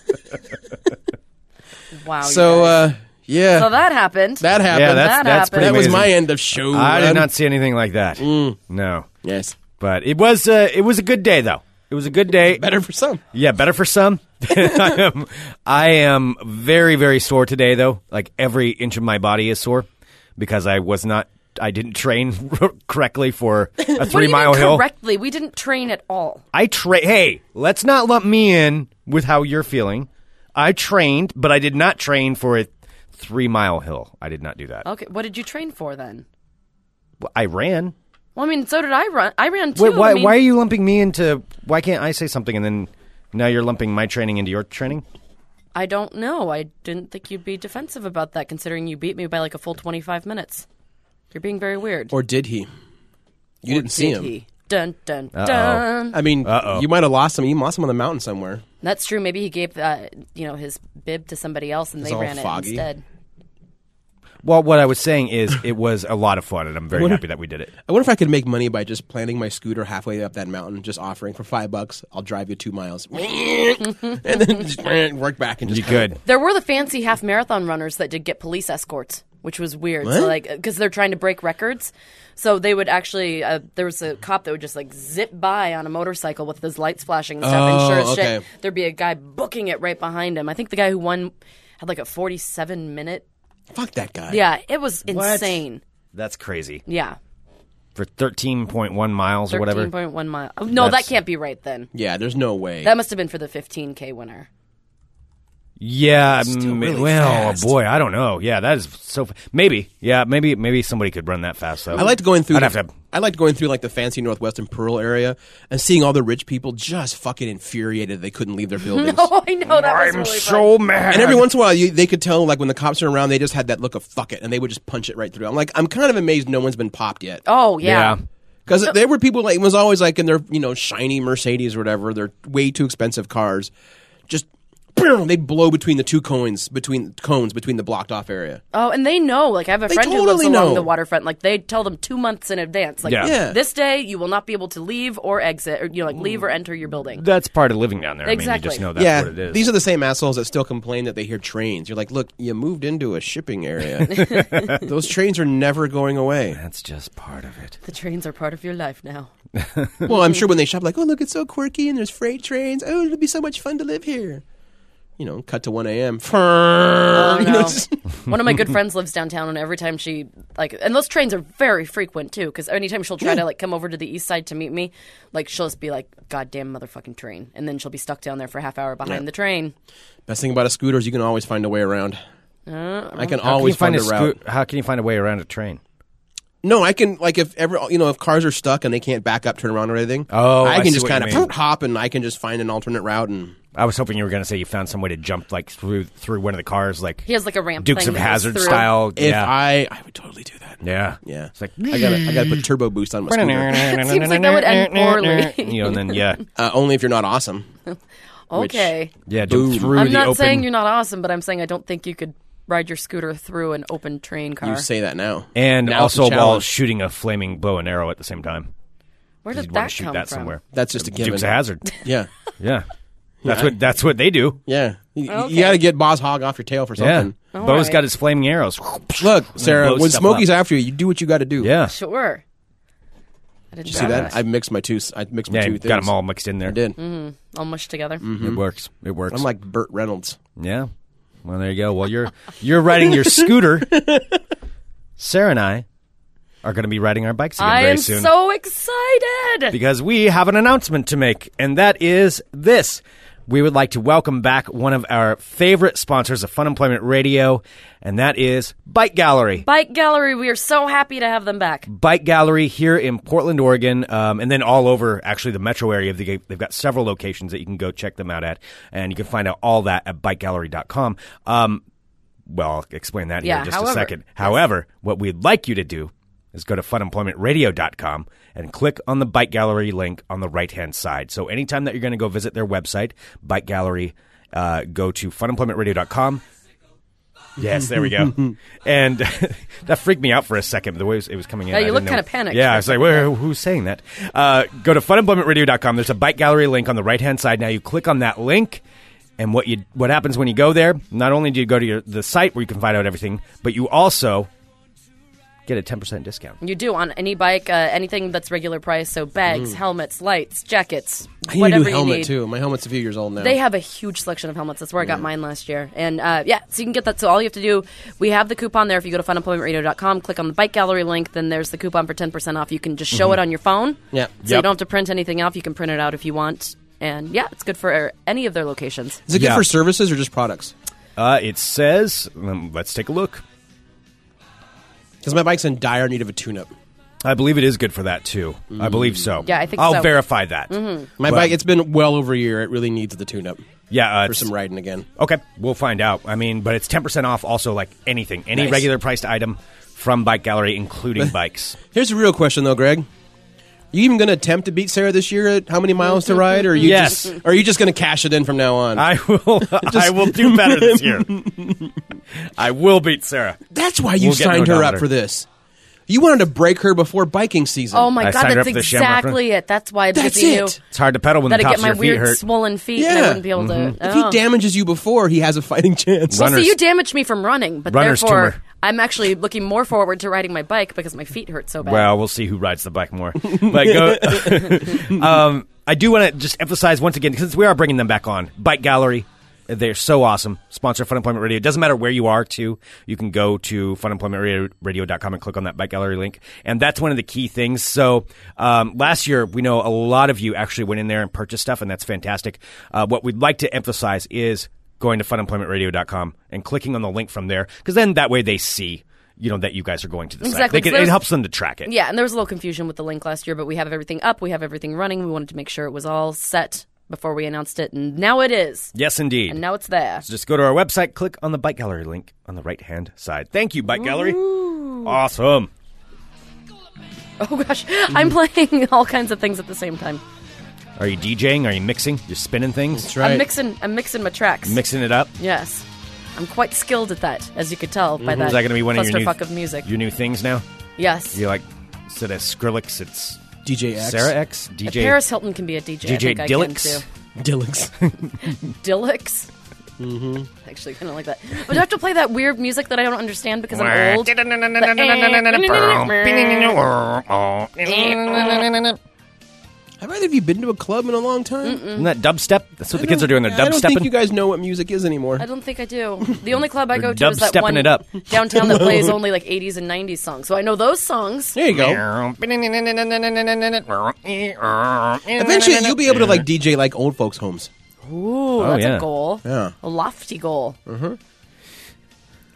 wow. you So guys. uh, yeah, so that happened. that happened. Yeah, that's That that's pretty that was amazing. my end of show. I did run. Mm. not see anything like that. No. Yes. But it was uh, it was a good day though. It was a good day. Better for some. Yeah, better for some. I am I am very very sore today though. Like every inch of my body is sore because I was not I didn't train correctly for a 3 what do you mile mean hill. correctly? We didn't train at all. I tra Hey, let's not lump me in with how you're feeling. I trained, but I did not train for a 3 mile hill. I did not do that. Okay, what did you train for then? I ran. Well, I mean, so did I run. I ran too. Wait, why, I mean, why are you lumping me into? Why can't I say something and then now you're lumping my training into your training? I don't know. I didn't think you'd be defensive about that, considering you beat me by like a full 25 minutes. You're being very weird. Or did he? You didn't see Did him. he? Dun dun dun. I mean, Uh-oh. you might have lost him. You lost him on the mountain somewhere. That's true. Maybe he gave uh, you know his bib to somebody else, and It's they all ran foggy. it instead. Well, what I was saying is it was a lot of fun, and I'm very What- happy that we did it. I wonder if I could make money by just planting my scooter halfway up that mountain, just offering for five bucks, I'll drive you two miles, and then just work back and just You good? There were the fancy half marathon runners that did get police escorts, which was weird. So What? like, because they're trying to break records, so they would actually. Uh, there was a cop that would just like zip by on a motorcycle with his lights flashing and stuff. and Oh, sure as okay. shit, there'd be a guy booking it right behind him. I think the guy who won had like a forty-seven minute. Fuck that guy. Yeah, it was insane. That's crazy Yeah, for 13.1 miles or thirteen whatever. point one mile. Oh, No, That's- that can't be right then. Yeah, there's no way. That must have been for the fifteen k winner. Yeah, Still mm, really well, fast. boy, I don't know. Yeah, that is so. f- Maybe, yeah, maybe, maybe somebody could run that fast though. I liked going through. I'd the, have to- I liked going through like the fancy northwestern Pearl area and seeing all the rich people just fucking infuriated they couldn't leave their buildings. Oh, I know that was I'm really fun. so mad. And every once in a while, you, they could tell like when the cops are around, they just had that look of fuck it, and they would just punch it right through. I'm like, I'm kind of amazed no one's been popped yet. Oh yeah. yeah. Because there were people like it was always like in their you know shiny Mercedes or whatever, their way too expensive cars, just they blow between the two cones between cones between the blocked off area. Oh, and they know. Like I have a friend who lives totally know. along the waterfront. Like they tell them two months in advance. Like Yeah. Yeah. this day you will not be able to leave or exit, or you know, like leave or enter your building. That's part of living down there. I mean, you Exactly. just know that's yeah, what it is. these are the same assholes that still complain that they hear trains. You're like, look, you moved into a shipping area. Those trains are never going away. that's just part of it. The trains are part of your life now. Well, Mm-hmm. I'm sure when they shop, like, oh look, it's so quirky and there's freight trains. Oh, it'll be so much fun to live here. You know, cut to 1 a.m. Oh, You know, no. just- One of my good friends lives downtown, and every time she like, and those trains are very frequent too. Because anytime she'll try to like come over to the east side to meet me, like she'll just be like, "Goddamn motherfucking train," and then she'll be stuck down there for a half hour behind the train. Best thing about a scooter is you can always find a way around. I can Uh, How can always you find find, a a route. scoo- How can you find a way around a train? No, I can like if ever you know if cars are stuck and they can't back up, turn around or anything. Oh, I I can see just what you kind mean. of hop and I can just find an alternate route and I was hoping you were going to say you found some way to jump like through through one of the cars, like He has like a ramp. Dukes thing of that goes Hazard through. style. if yeah, I I would totally do that. yeah, Yeah, It's like I gotta I gotta put turbo boost on my scooter. Seems like that would end poorly. you know, and then yeah, Uh, only if you're not awesome. which- Okay. yeah, jump Boom. through I'm the not open. saying you're not awesome, but I'm saying I don't think you could ride your scooter through an open train car. You say that now. and Now it's a also while challenge. shooting a flaming bow and arrow at the same time. Where did You'd want that to shoot come that from? somewhere. That's just a given. Dukes of Hazard. Yeah, Yeah, that's what that's what they do. yeah. You, Okay. got to get Boss Hog off your tail for Yeah, something. All Bo's right. got his flaming arrows. Look, Sarah, blows when stuff Smokey's up. after you, you do what you got to do. Yeah, Sure. I didn't You see that? I mixed my two. s- I mixed my yeah, two you things. got them all mixed in there. I Mm. did. Mm. Mm-hmm. all mushed together. It works. It works. I'm like Burt Reynolds. Yeah. Well, there you go. Well, you're you're riding your scooter. Sarah and I are going to be riding our bikes again I very am soon so excited. because we have an announcement to make, and that is this. We would like to welcome back one of our favorite sponsors of Fun Employment Radio, and that is Bike Gallery. Bike Gallery, we are so happy to have them back. Bike Gallery here in Portland, Oregon, um, and then all over actually the metro area. They- They've got several locations that you can go check them out at, and you can find out all that at bikegallery.com. Um, well, I'll explain that here Yeah, in just a however- second. However, what we'd like you to do is go to funemploymentradio.com and click on the Bike Gallery link on the right hand side. So anytime that you're going to go visit their website, Bike Gallery, uh, go to funemploymentradio.com. Yes, there we go. and that freaked me out for a second. The way it was, it was coming in. Yeah, you I didn't looked know- kinda panicked Yeah, for I a was like, Where, who's saying that? Uh, go to funemploymentradio.com. There's a bike gallery link on the right hand side. Now you click on that link. And what you what happens when you go there? Not only do you go to your, the site where you can find out everything, but you also get a 10% discount. You do on any bike, uh, anything that's regular price. So bags, helmets, lights, jackets, Mm. I need a whatever new helmet you need. too. My helmet's a few years old now. They Oh. have a huge selection of helmets. That's where I got mine last year. And uh, yeah, so you can get that. So all you have to do, we have the coupon there. If you go to funemploymentradio.com, click on the bike gallery link, then there's the coupon for 10% off. You can just show Mm-hmm. it on your phone. Yeah. So you Yep. don't have to print anything off. You can print it out if you want. And yeah, it's good for uh, any of their locations. Is it good Yeah. for services or just products? Uh, it says, um, let's take a look. Because my bike's in dire need of a tune-up. I believe it is good for that too. I believe so. Yeah, I think I'll so. Mm-hmm. verify that. My Well- bike, it's been well over a year. It really needs the tune-up Yeah, uh, for some riding again. Okay, we'll find out. I mean, but it's ten percent off. Also, like anything, any Nice. regular priced item from Bike Gallery, including bikes. Here's a real question though, Greg. You even going to attempt to beat Sarah this year at how many miles to ride, or are you Yes. just, or are you just going to cash it in from now on? I will. I will do better this year. I will beat Sarah. That's why you We'll get an signed her up odometer. for this. You wanted to break her before biking season. Oh my I God, signed her that's up for the Shamrock Run. exactly it. That's why because That's he knew it. It's hard to pedal when that the I tops get my of your feet weird hurt. Mm-hmm. swollen feet and I Yeah. wouldn't be able to. If Oh. he damages you before, he has a fighting chance. Well, Runner- Runner's- see, you damaged me from running, but Runner's therefore tumor. I'm actually looking more forward to riding my bike because my feet hurt so bad. Well, we'll see who rides the bike more. But go, um, I do want to just emphasize once again, since we are bringing them back on, Bike Gallery. They're so awesome. Sponsor of Fun Employment Radio. It doesn't matter where you are, too. You can go to funemploymentradio.com and click on that bike gallery link. And that's one of the key things. So, um, last year, we know a lot of you actually went in there and purchased stuff, and that's fantastic. Uh, what we'd like to emphasize is going to funemploymentradio.com and clicking on the link from there, because then that way they see, you know, that you guys are going to the site. Exactly, They can- 'cause it there's- helps them to track it. Yeah, and there was a little confusion with the link last year, but we have everything up. We have everything running. We wanted to make sure it was all set before we announced it, and now it is. Yes, indeed. And now it's there. So just go to our website, click on the Bike Gallery link on the right hand side. Thank you, Bike Gallery. Awesome. Oh gosh, I'm playing all kinds of things at the same time. Are you DJing? Are you mixing? You're spinning things? That's right. I'm mixing. I'm mixing my tracks. Mixing it up? yes, I'm quite skilled at that, as you could tell by that. Mm-hmm. Is that going to be one of your new, clusterfuck of music? your new things now? yes. You like, instead of Skrillex, it's DJ X. Sarah X? DJ Paris Hilton can be a DJ. I DJ think I can Dillix? too. Dillix. Dillix. Mm-hmm. Actually, kind of like that. But do I have to play that weird music that I don't understand because I'm old? Have either of you been to a club in a long time? Isn't that dubstep? That's what the kids are doing. They're I don't think you dubstepping. guys know what music is anymore. I don't think I do. The only club I They're go to is that dubstepping one it up. downtown that plays only like 80s and 90s songs. So I know those songs. There you go. Eventually, you'll be able to like DJ like old folks' homes. Ooh, that's yeah. a goal. Yeah. Oh, A lofty goal. Mm-hmm. Or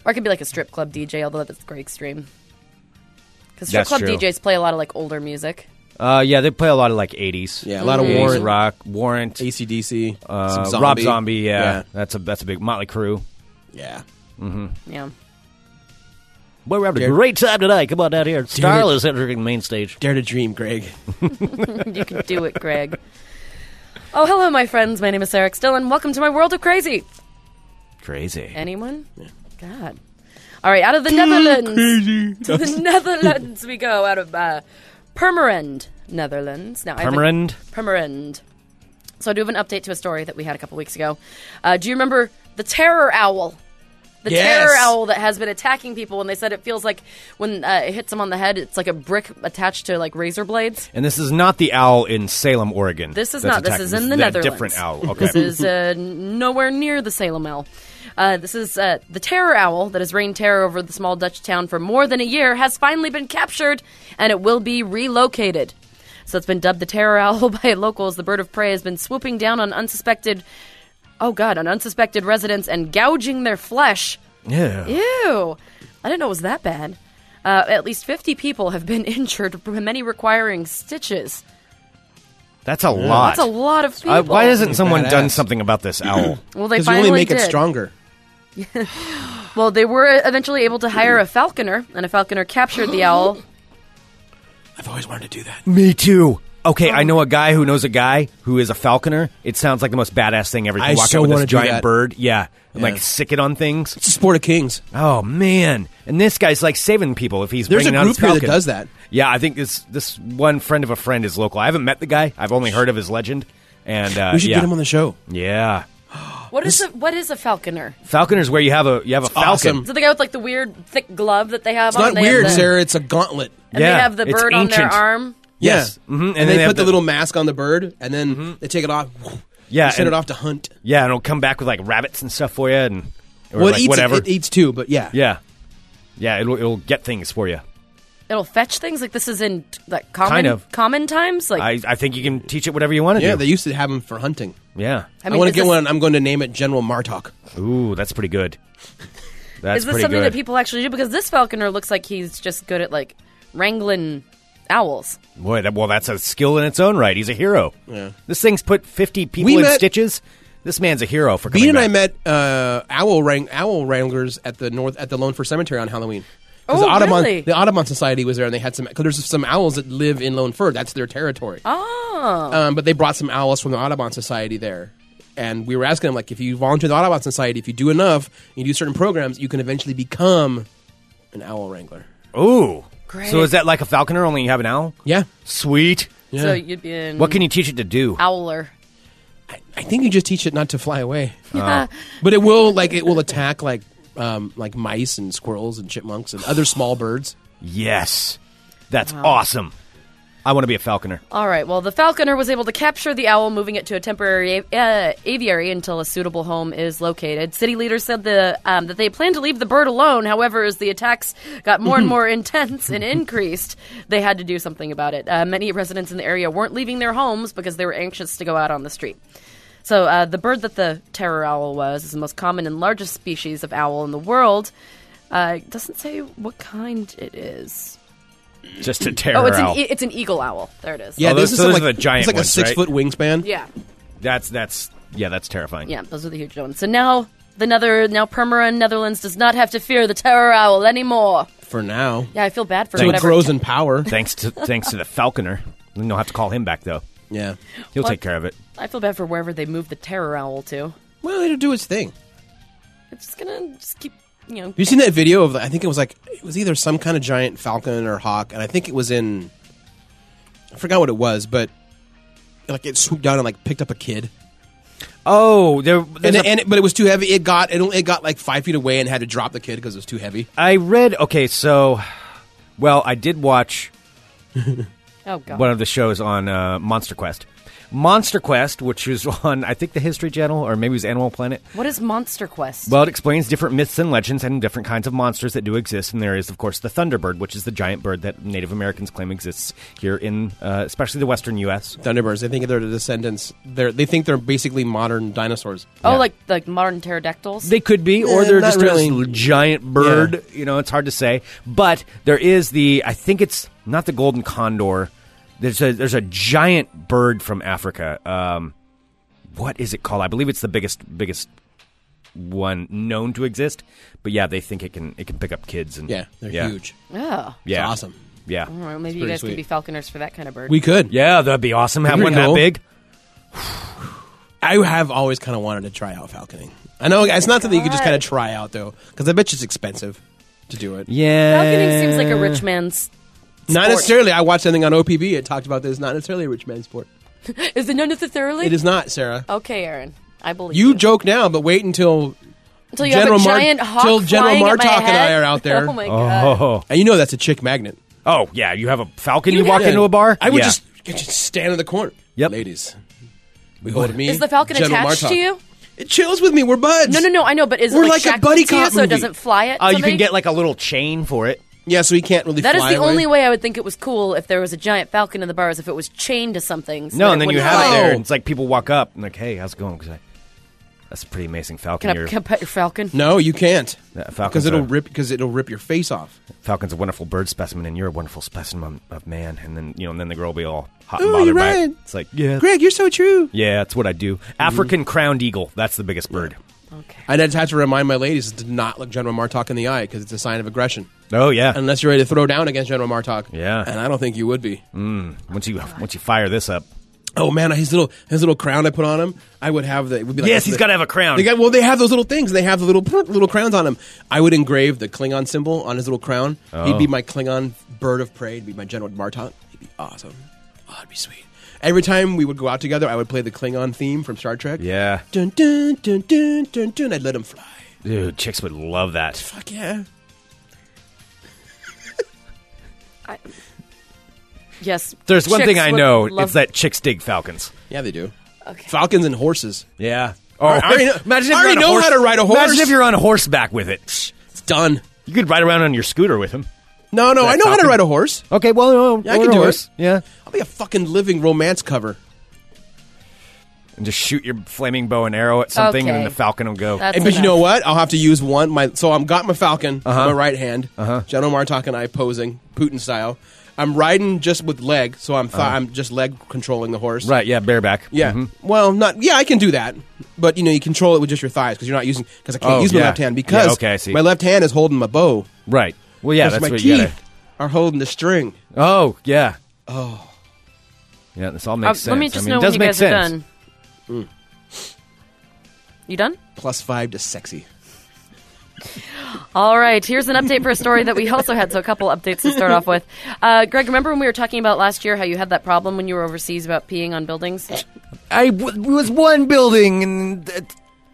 I could be like a strip club DJ, although that's very extreme. Because strip That's club true. DJs play a lot of like older music. Uh, yeah, they play a lot of like 80s. Yeah, a lot of 80s Warrant. rock, Warrant, ACDC, uh, some zombie. Rob Zombie. Yeah, that's a that's a big Motley Crue. yeah. Yeah. Well, we're having a Jared- great time tonight. Come on down here. Starl is entering the main stage. Dare to dream, Greg. You can do it, Greg. Oh, hello, my friends. My name is Sarah Dillon. Welcome to my world of crazy. Crazy. Anyone? God. All right, out of the Netherlands. To the Netherlands we go, out of uh, Permerend, Netherlands. Now, I have a- Permerend? Permerend. So I do have an update to a story that we had a couple weeks ago. Uh, do you remember the terror owl? The Yes. terror owl that has been attacking people, and they said it feels like when uh, it hits them on the head, it's like a brick attached to like razor blades. And this is not the owl in Salem, Oregon. This is that's not. This attacking- is in the that Netherlands. Different owl. Okay. This is uh, nowhere near the Salem Owl. Uh, this is uh, the terror owl that has reigned terror over the small Dutch town for more than a year has finally been captured, and it will be relocated. So it's been dubbed the terror owl by locals. The bird of prey has been swooping down on unsuspected, oh god, on unsuspected residents and gouging their flesh. yeah. Ew. I didn't know it was that bad. Uh, at least 50 people have been injured, many requiring stitches. That's a lot. That's a lot of people. Uh, why hasn't someone Badass. done something about this owl? Well, they Because you only finally make did. it stronger. Well, they were eventually able to hire a falconer, and a falconer captured the owl. I've always wanted to do that. Me too. Okay, Oh. I know a guy who knows a guy who is a falconer. It sounds like the most badass thing ever. You I can walk so out with wanna this do giant that. bird. Yeah. And like Yeah. sick it on things. It's a sport of kings. Oh man! And this guy's like saving people if he's There's bringing a out his group here that falcon. does that. Yeah, I think this this one friend of a friend is local. I haven't met the guy. I've only heard of his legend. And uh, We should yeah. get him on the show. yeah. What is a, what is a falconer? Falconer's where you have a you have a falcon. awesome. Is it the guy with like the weird thick glove that they have It's on? not They have weird, the- Sarah. It's a gauntlet. And Yeah, they have the it's bird on ancient. their arm. Yeah. Mm-hmm. Yes. Mhm. And And, then they, they have put the- the Mm-hmm. little mask on the bird, and then they take it off. Yeah, They send and- it off to hunt. Yeah, and it'll come back with like rabbits and stuff for you, and or Well, it like, eats, whatever. It, eats too, but yeah. yeah, yeah, it'll it'll get things for you. It'll fetch things like this is in like common Kind of. common times. Like I, I think you can teach it whatever you want to Yeah, do. they used to have them for hunting. yeah. I, mean, want to is get this- one. and I'm going to name it General Martok. Ooh, that's pretty good. That's is this pretty something that good. people actually do? Because this falconer looks like he's just good at like wrangling owls. Boy, that, well, that's a skill in its own right. He's a hero. Yeah. This thing's put fifty people We in met- stitches. This man's a hero for coming Bean and back. I met uh, owl wrang- owl wranglers at the north at the Lone Fir Cemetery on Halloween. 'Cause Oh, the Audubon, really? The Audubon Society was there, and they had some. Cause there's some owls that live in Lone Fir. That's their territory. Oh, Um, but they brought some owls from the Audubon Society there, and we were asking them like, if you volunteer with the Audubon Society, if you do enough, you do certain programs, you can eventually become an owl wrangler. Ooh, Great. So is that like a falconer? Only you have an owl. Yeah. Sweet. so you'd be an What can you teach it to do? owler. I think you just teach it not to fly away. Uh, But it will like it will attack like um, like mice and squirrels and chipmunks and other small Oh, birds. Yes, that's awesome. I want to be a falconer. All right. Well, the falconer was able to capture the owl, moving it to a temporary a- uh, aviary until a suitable home is located. City leaders said the um, that they plan to leave the bird alone. However, as the attacks got more and more intense and increased, they had to do something about it. Uh, many residents in the area weren't leaving their homes because they were anxious to go out on the street. So, uh, the bird that the terror owl was is the most common and largest species of owl in the world. Uh, it doesn't say what kind it is. Just a terror Oh, it's owl. an, e- it's an eagle owl. There it is. Yeah, Oh, those- this is so some, those like are the giant It's like a ones, right? six foot wingspan. Yeah. that's that's yeah, that's terrifying. Yeah, those are the huge ones. So now the Nether, now Permera Netherlands does not have to fear the terror owl anymore. For now, Yeah, I feel bad for so it whatever. grows in power. Thanks to thanks to the falconer, we don't have to call him back though. Yeah. He'll What? take care of it. I feel bad for wherever they move the terror owl to. Well, it'll do its thing. It's just gonna just keep, you know. You seen that video of? I think it was like it was either some kind of giant falcon or hawk, and I think it was in. I forgot what it was, but like it swooped down and like picked up a kid, Oh, there. and, there's it- a- and it, but it was too heavy. It got it, only- it got like five feet away and had to drop the kid because it was too heavy. I read. Okay, so, well, I did watch Oh god. one of the shows on uh, Monster Quest. Monster Quest, which is on I think the History Channel or maybe it was Animal Planet. what is Monster Quest? Well, it explains different myths and legends and different kinds of monsters that do exist. And there is, of course, the Thunderbird, which is the giant bird that Native Americans claim exists here in, uh, especially the Western U.S. Thunderbirds. They think they're the descendants. They they think they're basically modern dinosaurs. oh, yeah. like like modern pterodactyls. They could be, or Eh, they're not just a really. giant bird. You know, it's hard to say. But there is the, I think it's not the golden condor. There's a there's a giant bird from Africa. Um, what is it called? I believe it's the biggest biggest one known to exist. But yeah, they think it can it can pick up kids and Yeah, they're huge. oh. Yeah, awesome. Yeah, All right, maybe you pretty guys sweet. could be falconers for that kind of bird. We could. yeah, that'd be awesome. Have Pretty one that cool. big. I have always kind of wanted to try out falconing. I know it's not something you could just kind of try out though, because I bet you it's expensive to do it. Yeah, Falconing seems like a rich man's. Not sport. necessarily. I watched something on OPB. It talked about this. Not necessarily a rich man's sport. Is it not necessarily? It is not, Sarah. Okay, Aaron, I believe You joke now, but wait until Until you General have a Mar- giant hawk till General flying at my Martok and I head. are out there. Oh my god. Oh, and you know that's a chick magnet. oh yeah. You have a falcon. You, You walk have- into a bar. I would Yeah. just, I just stand in the corner. Yep. ladies. We hold me. Is the falcon General attached to Martok. you? It chills with me. We're buds. No, no, no. I know, but is We're it like a shackled buddy to you cop so movie. it doesn't fly at? Uh, you somebody? can get like a little chain for it. Yeah, so he can't really. That is fly the away. only way I would think it was cool if there was a giant falcon in the bar, is if it was chained to something. so No, that and then you wouldn't have it fly. there, Oh. and it's like people walk up and like, "Hey, how's it going?" 'Cause I, that's a pretty amazing falcon. Can I, Your can I pet your falcon? No, you can't. Yeah, falcons Because it'll are- rip. Because it'll rip your face off. falcon's a wonderful bird specimen, and you're a wonderful specimen of man. And then you know, and then the girl will be all hot and Oh, bothered you're by it. right. It's like, yeah, Mm-hmm. Greg, you're so true. yeah, that's what I do. African crowned eagle. That's the biggest bird. I just have to remind my ladies to not look General Martok in the eye because it's a sign of aggression. Oh yeah. Unless you're ready to throw down against General Martok. Yeah. And I don't think you would be. once you once you fire this up, Oh man, his little his little crown I put on him, I would have the. It would be like yes, he's the- got to have a crown. They got, well, they have those little things. They have the little little crowns on him. I would engrave the Klingon symbol on his little crown. He'd be my Klingon bird of prey. He'd be my General Martok. He'd be awesome. Oh, that'd be sweet. Every time we would go out together, I would play the Klingon theme from Star Trek. Yeah. Dun, dun, dun, dun, dun, dun. I'd let him fly. Dude, chicks would love that. Fuck yeah. Yes. There's one chicks thing I would know. love- It's that chicks dig falcons. Oh, Yeah, they do. Okay. Falcons and horses. Yeah. I already know- I already know how to ride a horse. Imagine if you're on horseback with it. It's done. You could ride around on your scooter with him. No, no, I know how to falcon? ride a horse. Okay, well, no, Yeah, I can do horse. Yeah. I'll be a fucking living romance cover. And just shoot your flaming bow and arrow at something, and then Okay. the falcon will go. That's And, but you enough. know what? I'll have to use one. My so I'm got my falcon, my right hand, uh-huh. General Martok and I posing Putin style. I'm riding just with leg, so I'm th- I'm just leg controlling the horse. Uh-huh. right, yeah, bareback. Yeah. Mhm. Well, not yeah, I can do that. But you know, you control it with just your thighs because you're not using because I can't Oh, use my yeah. left hand because Yeah, okay, I see. my left hand is holding my bow. Right. Well, yeah, 'Cause that's my what teeth you gotta. are holding the string. Oh, yeah. Oh. Yeah, this all makes Uh, sense. let me just I mean, know it when does you make guys sense. are done. You done? Plus five to sexy. All right, here's an update for a story that we also had, so a couple updates to start off with. Uh, Greg, remember when we were talking about last year how you had that problem when you were overseas about peeing on buildings? I w- was one building, and the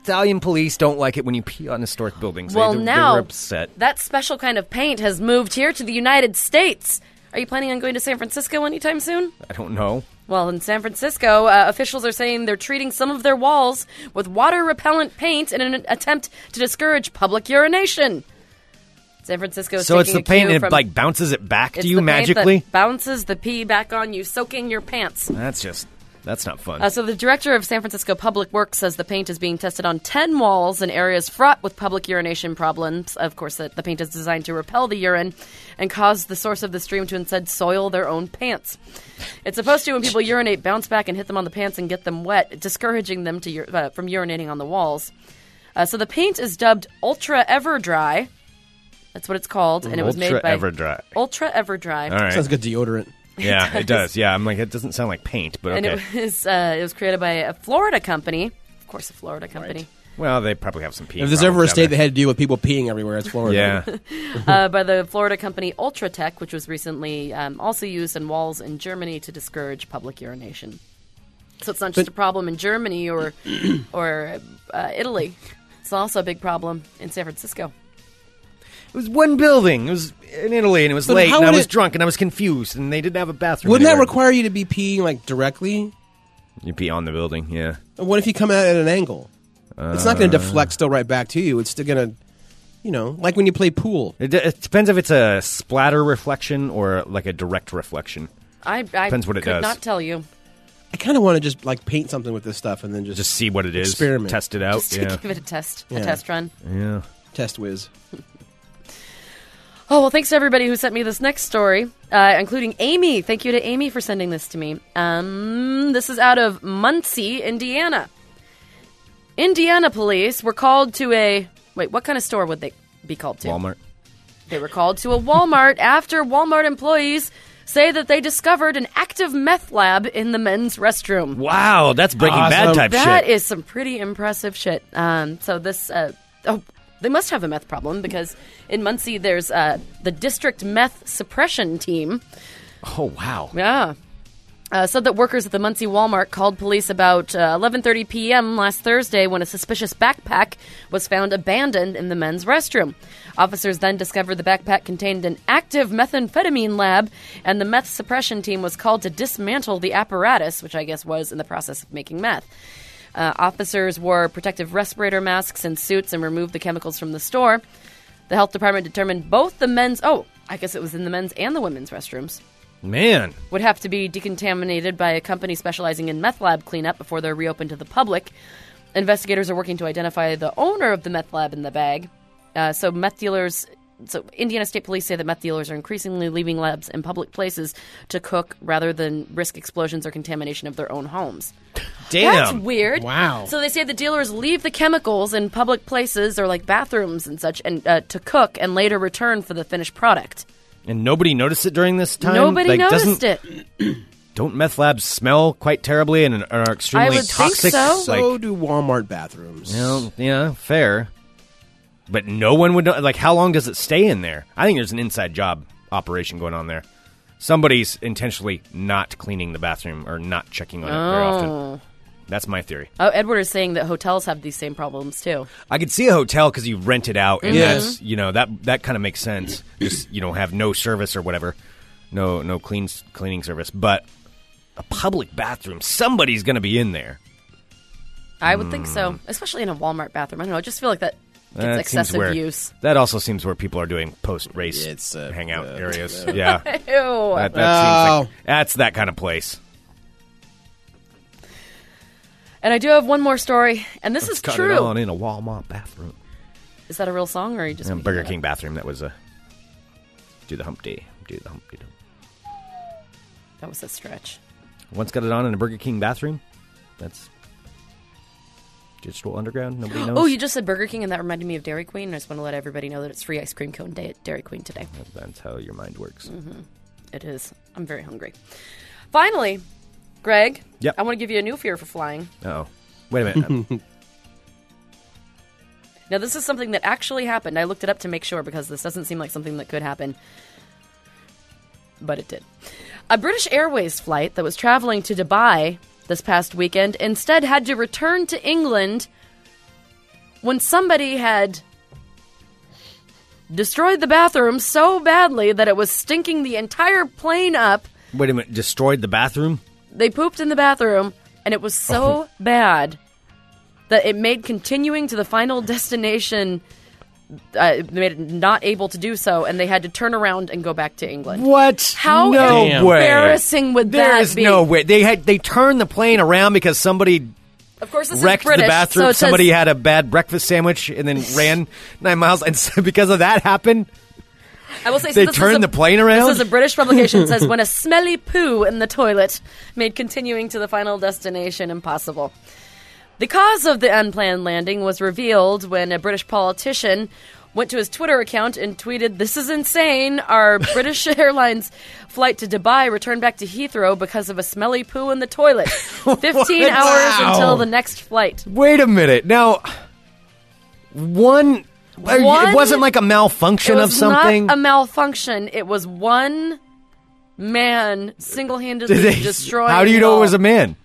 Italian police don't like it when you pee on historic buildings. well, they, they now were upset. that special kind of paint has moved here to the United States. Are you planning on going to San Francisco anytime soon? I don't know. Well, in San Francisco, uh, officials are saying they're treating some of their walls with water repellent paint in an attempt to discourage public urination. San Francisco. Is So it's taking the a paint, cue and it from- like bounces it back it's to you the paint that magically. bounces the pee back on you, soaking your pants. That's just that's not fun. Uh, so the director of San Francisco Public Works says the paint is being tested on 10 walls in areas fraught with public urination problems. Of course, the, the paint is designed to repel the urine and cause the source of the stream to instead soil their own pants. It's supposed to, when people urinate, bounce back and hit them on the pants and get them wet, discouraging them to ur- uh, from urinating on the walls. Uh, so the paint is dubbed Ultra Everdry. That's what it's called, and it was made Ultra by Oh, Everdry. Ultra Everdry. all right. Sounds like a deodorant. yeah, it does. Yeah, I'm like it doesn't sound like paint, but and okay. it was uh, it was created by a Florida company, of course, a Florida company, well, they probably have some pee. If there's ever a state that had to deal with people peeing everywhere, it's Florida. yeah, uh, by the Florida company Ultratech, which was recently um, also used in walls in Germany to discourage public urination. So it's not just But- a problem in Germany or or uh, Italy; it's also a big problem in San Francisco. it was one building. It was in Italy, and it was But late, how and I would was it- drunk, and I was confused, and they didn't have a bathroom. Wouldn't that anywhere. require you to be peeing like directly? you pee on the building? Yeah. What if you come out at an angle? it's not Uh. going to deflect still right back to you. It's still going to, you know, like when you play pool. It, d- it depends if it's a splatter reflection or like a direct reflection. I, I Depends what it could does. Not tell you. I kind of want to just like paint something with this stuff and then just, Just see what it is, Experiment. test it out. Just to Oh, yeah, give it a test, Yeah. a test run. yeah. test whiz. Oh, well, thanks to everybody who sent me this next story, uh, including Amy. Thank you to Amy for sending this to me. Um, this is out of Muncie, Indiana. Indiana police were called to a. Wait, what kind of store would they be called to? Walmart. They were called to a Walmart after Walmart employees say that they discovered an active meth lab in the men's restroom. Wow, that's Breaking Bad Awesome. type That shit. is some pretty impressive shit. Um, so this, uh, oh, they must have a meth problem because in Muncie there's uh, the district meth suppression team. oh wow. Yeah. Uh, said that workers at the Muncie Walmart called police about uh, 11:30 p.m. last Thursday when a suspicious backpack was found abandoned in the men's restroom. Officers then discovered the backpack contained an active methamphetamine lab, and the meth suppression team was called to dismantle the apparatus, which I guess was in the process of making meth. Uh, officers wore protective respirator masks and suits and removed the chemicals from the store. The health department determined both the men's oh, I guess it was in the men's and the women's restrooms Man, would have to be decontaminated by a company specializing in meth lab cleanup before they're reopened to the public. Investigators are working to identify the owner of the meth lab in the bag. Uh, so meth dealers. So Indiana State Police say that meth dealers are increasingly leaving labs in public places to cook rather than risk explosions or contamination of their own homes. That's damn. weird. Wow. So they say the dealers leave the chemicals in public places or like bathrooms and such, and uh, to cook and later return for the finished product. and nobody noticed it during this time. Nobody like, noticed doesn't, it. Don't meth labs smell quite terribly and are extremely I would think toxic? so. Like, so do Walmart bathrooms. Well, Mm, yeah, fair. But no one would know. Like, how long does it stay in there? I think there's an inside job operation going on there. somebody's intentionally not cleaning the bathroom or not checking on it very often. That's my theory. Oh, Edward is saying that hotels have these same problems too. I could see a hotel because you rent it out, and Yeah. that's you know that that kind of makes sense. Just you know have no service or whatever, no no clean cleaning service. But a public bathroom, somebody's going to be in there. I would think Hmm. so, especially in a Walmart bathroom. I don't know. I just feel like that gets That seems excessive where- use. That also seems where people are doing post race It's, uh, hangout uh, areas. Yeah, that, Ew. that Oh. seems like that's that kind of place. and I do have one more story, and this is Cut true. it on in a Walmart bathroom, Is that a real song or are you just Yeah, making Burger that King up? bathroom. That was a do the hump day, do the hump day. That was a stretch. Once got it on in a Burger King bathroom. That's digital underground. Nobody knows. Oh, you just said Burger King, and that reminded me of Dairy Queen. I just want to let everybody know that it's free ice cream cone day at Dairy Queen today. That's how your mind works. It is. I'm very hungry. Finally, Greg. Yep. I want to give you a new fear for flying. Oh, wait a minute. Um, Now, this is something that actually happened. I looked it up to make sure because this doesn't seem like something that could happen. But it did. A British Airways flight that was traveling to Dubai this past weekend instead had to return to England when somebody had destroyed the bathroom so badly that it was stinking the entire plane up. wait a minute. Destroyed the bathroom. They pooped in the bathroom, and it was so bad that it made continuing to the final destination uh, it made it not able to do so, and they had to turn around and go back to England. What? How no Damn. way. embarrassing would There that is be? no way. They had they turned the plane around because somebody Of course, this wrecked is British, the bathroom. so it says- somebody had a bad breakfast sandwich and then ran nine miles, and so because of that happened, I will say, so they this is turned a- the plane around? This is a British publication. It says when a smelly poo in the toilet made continuing to the final destination impossible. The cause of the unplanned landing was revealed when a British politician went to his Twitter account and tweeted, "This is insane. Our British Airlines flight to Dubai returned back to Heathrow because of a smelly poo in the toilet. 15 What? hours Wow. until the next flight." wait a minute. Now, one, One- it wasn't like a malfunction it was of something. Not a malfunction. It was one man single-handedly Did they- destroying. how do you it know all. it was a man?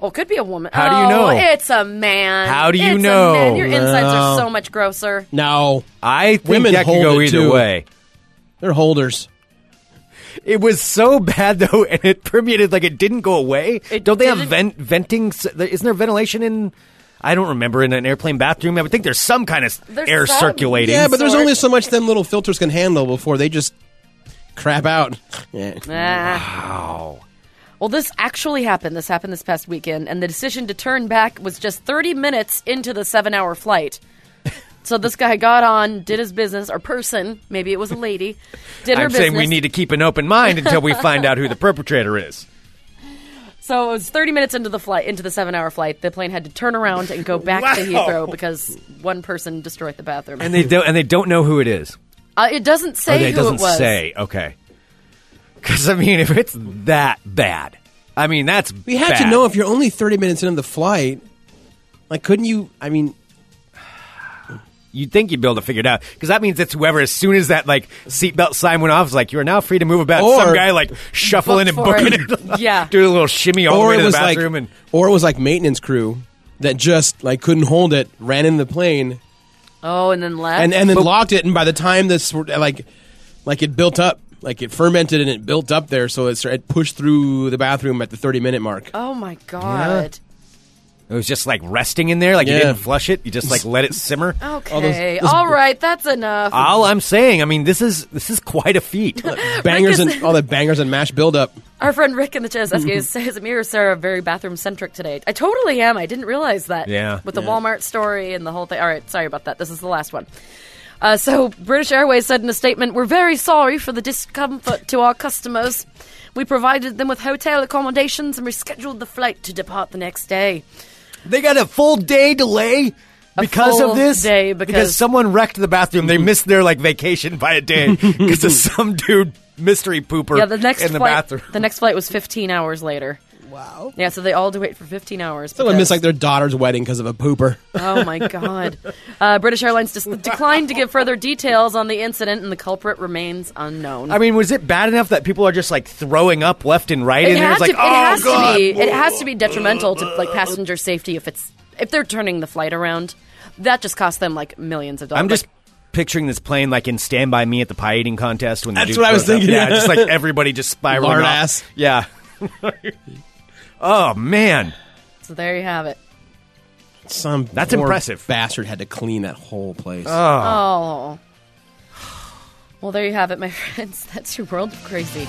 Well, it could be a woman. How do you Oh, know? It's a man. How do you It's a know? man. Your insides are No. so much grosser. No, I think Women that could hold go it, either too. way. they're holders. It was so bad though, and it permeated like it didn't go away. It don't they have didn't- vent, venting? s- there- Isn't there ventilation in? I don't remember in an airplane bathroom. I would think there's some kind of s- There's air some. circulating. Yeah, but there's Sort. only so much them little filters can handle before they just crap out. Yeah. Wow. Ah. Well, this actually happened. This happened this past weekend, and the decision to turn back was just 30 minutes into the seven hour flight. So this guy got on, did his business, or person, maybe it was a lady, did her I'm business. saying we need to keep an open mind until we find out who the perpetrator is. So it was 30 minutes into the flight, into the seven hour flight, the plane had to turn around and go back to Wow. Heathrow because one person destroyed the bathroom. And they don't. And they don't know who it is. uh, it doesn't say okay, who it doesn't it was. say. Okay. Because I mean, if it's that bad, I mean that's We had to know if you're only 30 minutes into the flight. Like, couldn't you? I mean, you'd think you'd be able to figure it out because that means it's whoever as soon as that like seatbelt sign went off it's like you are now free to move about Or- some guy like shuffling and Book for booking it. it, Yeah. doing a little shimmy all the or way to it the was like, bathroom and or it was like maintenance crew that just like couldn't hold it, ran in the plane, Oh, and then left. and and then locked it. And by the time this like like it built up, like it fermented and it built up there, so it, started- it pushed through the bathroom at the 30 minute mark. oh my god. it was just like resting in there like you Yeah. didn't flush it you just like let it simmer Oh. Okay. All right, that's enough. all i'm saying i mean this is this is quite a feat Rick Bangers and is- all the bangers and mash buildup. Our friend Rick in the chat is asking, is, is Amir or Sarah very bathroom centric today? I totally am. I didn't realize that. Yeah. With the Walmart story and the whole thing. All right, sorry about that. This is the last one. Uh, so, British Airways said in a statement, We're very sorry for the discomfort to our customers. We provided them with hotel accommodations and rescheduled the flight to depart the next day. they got a full day delay because full of this day because- Mm-hmm. someone wrecked the bathroom they missed their like vacation by a day because of some dude mystery pooper Yeah, the next in the flight, bathroom The next flight was 15 hours later. Wow. Yeah, so they all had to wait for 15 hours. Someone missed because- like their daughter's wedding because of a pooper. Oh my God. Uh, British Airlines dis- declined to give further details on the incident, and the culprit remains unknown. I mean, was it bad enough that people are just like throwing up left and right it in there? had It's like, to, oh it has god. to be. It has to be detrimental to like passenger safety if it's if they're turning the flight around. That just cost them like millions of dollars. I'm just Like, picturing this plane like in Stand By Me at the pie eating contest when the That's dude what I was throws up. thinking. Yeah, just like everybody just spiraling Lard off. ass. Yeah. oh man, so there you have it. Some That's poor impressive. Ah. Bastard had to clean that whole place. Oh. Well, there you have it, my friends. That's your world of crazy.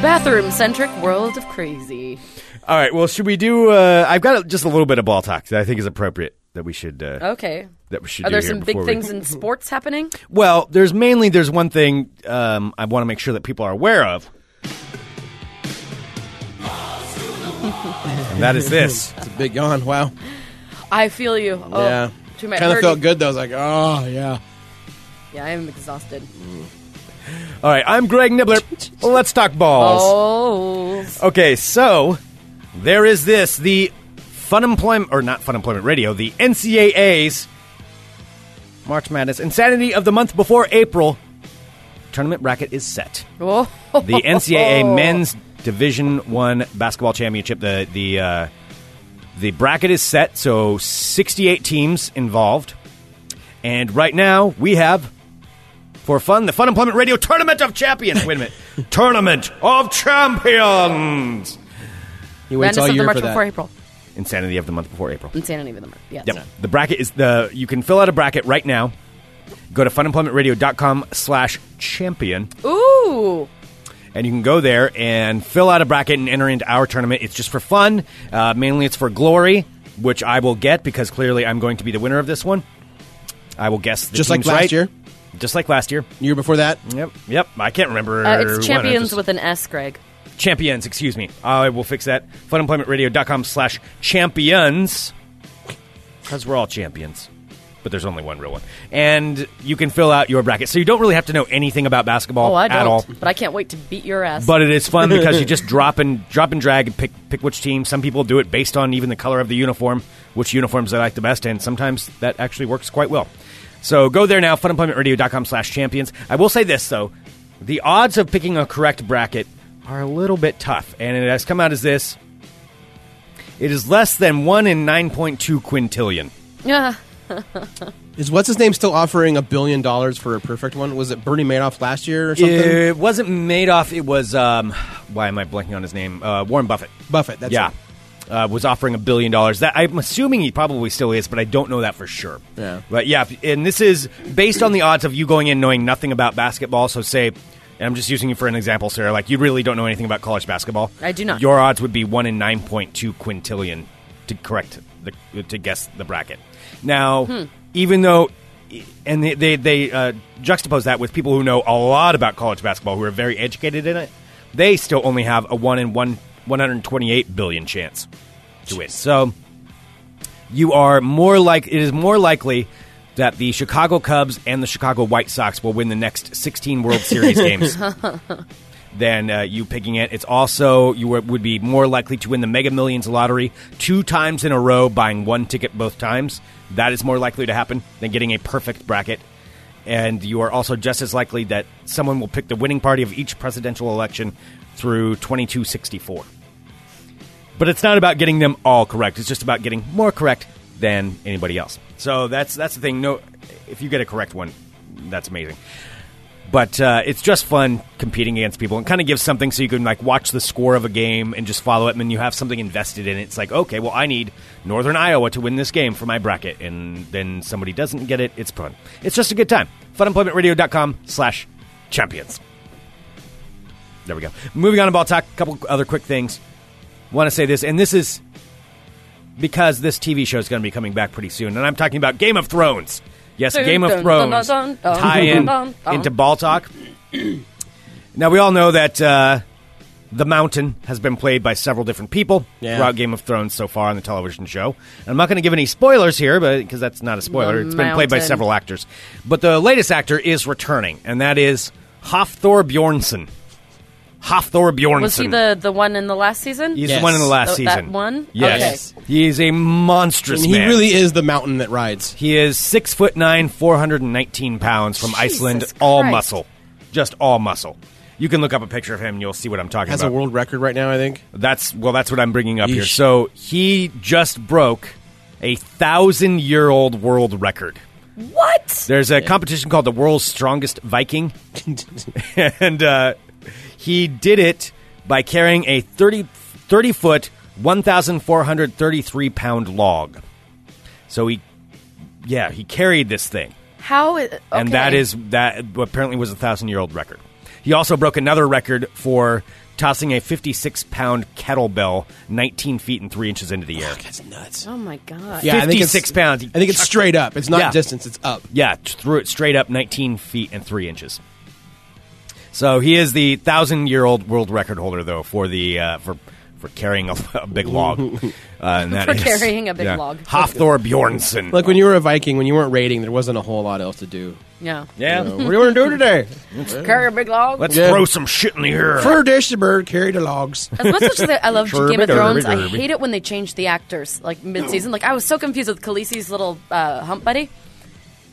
Bathroom centric world of crazy. All right. Well, should we do? Uh, I've got just a little bit of ball talk that I think is appropriate that we should. Uh, Okay. That we should Oh. Are do there here some big before we- things in sports happening? Well, there's mainly there's one thing um, I want to make sure that people are aware of, and that is this. It's a big yawn. Wow. I feel you. Oh, yeah. To my Kind of hurting- felt good though. I was like, oh yeah. Yeah, I am exhausted. All right, I'm Greg Nibbler. Let's talk balls. Oh. Okay, so there is this the Fun Employment or not Fun Employment Radio, the NCAA's March Madness Insanity of the month before April tournament bracket is set. Oh. the NCAA Men's Division One Basketball Championship. The the uh, the bracket is set, so 68 teams involved, and right now we have for fun the Fun Employment Radio Tournament of Champions. Wait a minute, Tournament of Champions. You wait Madness all of the year March for that. before April. Insanity of the month before April. Insanity of the March. Yeah. Yep. The bracket is the you can fill out a bracket right now. Go to funemploymentradio.com slash champion. Ooh. and you can go there and fill out a bracket and enter into our tournament. It's just for fun. Uh, mainly, it's for glory, which I will get because clearly I'm going to be the winner of this one. I will guess the Just like teams last right. year? Just like last year. Year before that. Yep. Yep. I can't remember. Uh, when I it's champions just- with an S, Greg. champions. Excuse me. I will fix that. Funemploymentradio.com slash champions because we're all champions. But there's only one real one, and you can fill out your bracket. So you don't really have to know anything about basketball Oh, I don't. at all. But I can't wait to beat your ass. But it is fun because you just drop and drop and drag and pick pick which team. Some people do it based on even the color of the uniform, which uniforms they like the best, and sometimes that actually works quite well. So go there now, funemploymentradio.com slash champions. I will say this though, the odds of picking a correct bracket are a little bit tough, and it has come out as this. It is less than one in nine point two quintillion. yeah. Is what's his name still offering a billion dollars for a perfect one? Was it Bernie Madoff last year or something? It wasn't Madoff. It was um, why am I blanking on his name? Uh, Warren Buffett. Buffett. That's yeah, it. uh, was offering a billion dollars. That I'm assuming he probably still is, but I don't know that for sure. Yeah. but yeah, and this is based on the odds of you going in knowing nothing about basketball. So say. And I'm just using you for an example, Sarah. Like you really don't know anything about college basketball. I do not. Your odds would be one in nine point two quintillion to correct the to guess the bracket. Now, Hmm. even though, and they they, they uh, juxtapose that with people who know a lot about college basketball, who are very educated in it, they still only have a one in one one hundred twenty eight billion chance to win. So you are more like it is more likely that the Chicago Cubs and the Chicago White Sox will win the next 16 World Series games than uh, you picking it. It's also you were- would be more likely to win the Mega Millions lottery two times in a row, buying one ticket both times. That is more likely to happen than getting a perfect bracket. And you are also just as likely that someone will pick the winning party of each presidential election through 2264. But it's not about getting them all correct. It's just about getting more correct than anybody else. So that's that's the thing. No, if you get a correct one, that's amazing. But uh, it's just fun competing against people and kind of gives something so you can like watch the score of a game and just follow it, and then you have something invested in it. It's like, okay, well, I need Northern Iowa to win this game for my bracket, and then somebody doesn't get it. It's fun. It's just a good time. Funemploymentradio.com slash champions. There we go. Moving on to ball talk. A couple other quick things want to say this, and this is because this TV show is going to be coming back pretty soon, and I'm talking about Game of Thrones. Yes, Dun, Game of dun, dun, Thrones dun, dun, tie dun, in dun, dun. into ball talk. now we all know that uh, the Mountain has been played by several different people Yeah. throughout Game of Thrones so far on the television show. And I'm not going to give any spoilers here, but because that's not a spoiler, The it's been played by Mountain. several actors. But the latest actor is returning, and that is Hofthor Bjornsson Hafthor Bjornsson. Was he the the one in the last season? He's Yes. the one in the last Th- that season. one? Yes. He's a monstrous And he man. really is the mountain that rides. He is six foot nine, four hundred and nineteen pounds from Iceland, Jesus all Christ. muscle, just all muscle. You can look up a picture of him, and you'll see what I'm talking Has a about. world record right now, I think. That's well, that's what I'm bringing up here. Yeesh. So he just broke a thousand year old world record. What? There's a competition called the World's Strongest Viking, and uh, he did it by carrying a 30, 30 foot, 1,433 pound log. So he, yeah, he carried this thing, How? i- Okay. and that is that what apparently was a thousand year old record. He also broke another record for tossing a 56 pound kettlebell 19 feet and three inches into the air. That's nuts. Oh my god. Yeah, I think it's- 56 pounds. I think it's straight up. It's not Yeah. distance. It's up. Yeah, t- threw it straight up 19 feet and 3 inches. So he is the thousand-year-old world record holder, though, for the uh, for for carrying a, a big log. Uh, and that For is- carrying a big log. Hafthor Bjornsson. Like when you were a Viking, when you weren't raiding, there wasn't a whole lot else to do. Yeah. yeah, You know, what do you want to do today? Carry a big log. let's Yeah. throw some shit in the air. Fur dish the bird, carry the logs. As much as I I love Sure, Game of bigger, Thrones, bigger, I bigger. hate it when they change the actors like mid-season. Like I was so confused with Khaleesi's little uh, hump buddy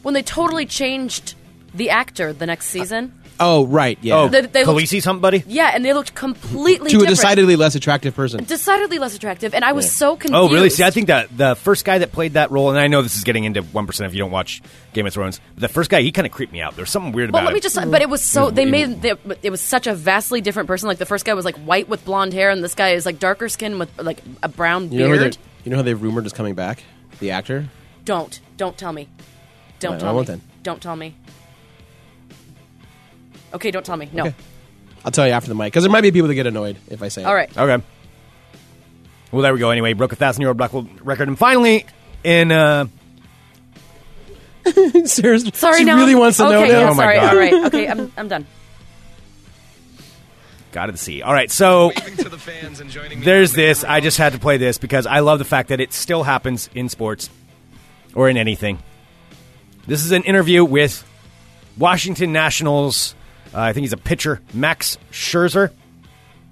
when they totally changed the actor the next season. Oh, right, yeah. oh, They- they looked- Khaleesi's hump buddy. Yeah, and they looked completely to a different. decidedly less attractive person. decidedly less attractive, and I was so confused. Oh, really? See, I think that the first guy that played that role, and I know this is getting into one percent if you don't watch Game of Thrones. But the first guy, he kind of creeped me out. There's something weird Well, about let me it. just. But it was so. They It- made the, it was such a vastly different person. Like the first guy was like white with blonde hair, and this guy is like darker skin with like a brown You know, who they- beard. you know how they rumored is coming back? The actor? Don't don't tell me. Don't I tell me. won't then. Don't tell me. Okay, don't tell me. No. I'll tell you after the mic, because there might be people that get annoyed if I say it. All right. Okay. Well, there we go. Anyway, broke a thousand-year-old black hole record, and finally, in uh, Seriously, Sorry. she now really I'm- wants to okay, know now. yeah, Oh my sorry. God. All right. Okay. I'm, I'm done. God of the Sea. All right, so to the fans and joining me there's on the this. I ground. just had to play this because I love the fact that it still happens in sports or in anything. This is an interview with Washington Nationals. Uh, I think he's a pitcher, Max Scherzer,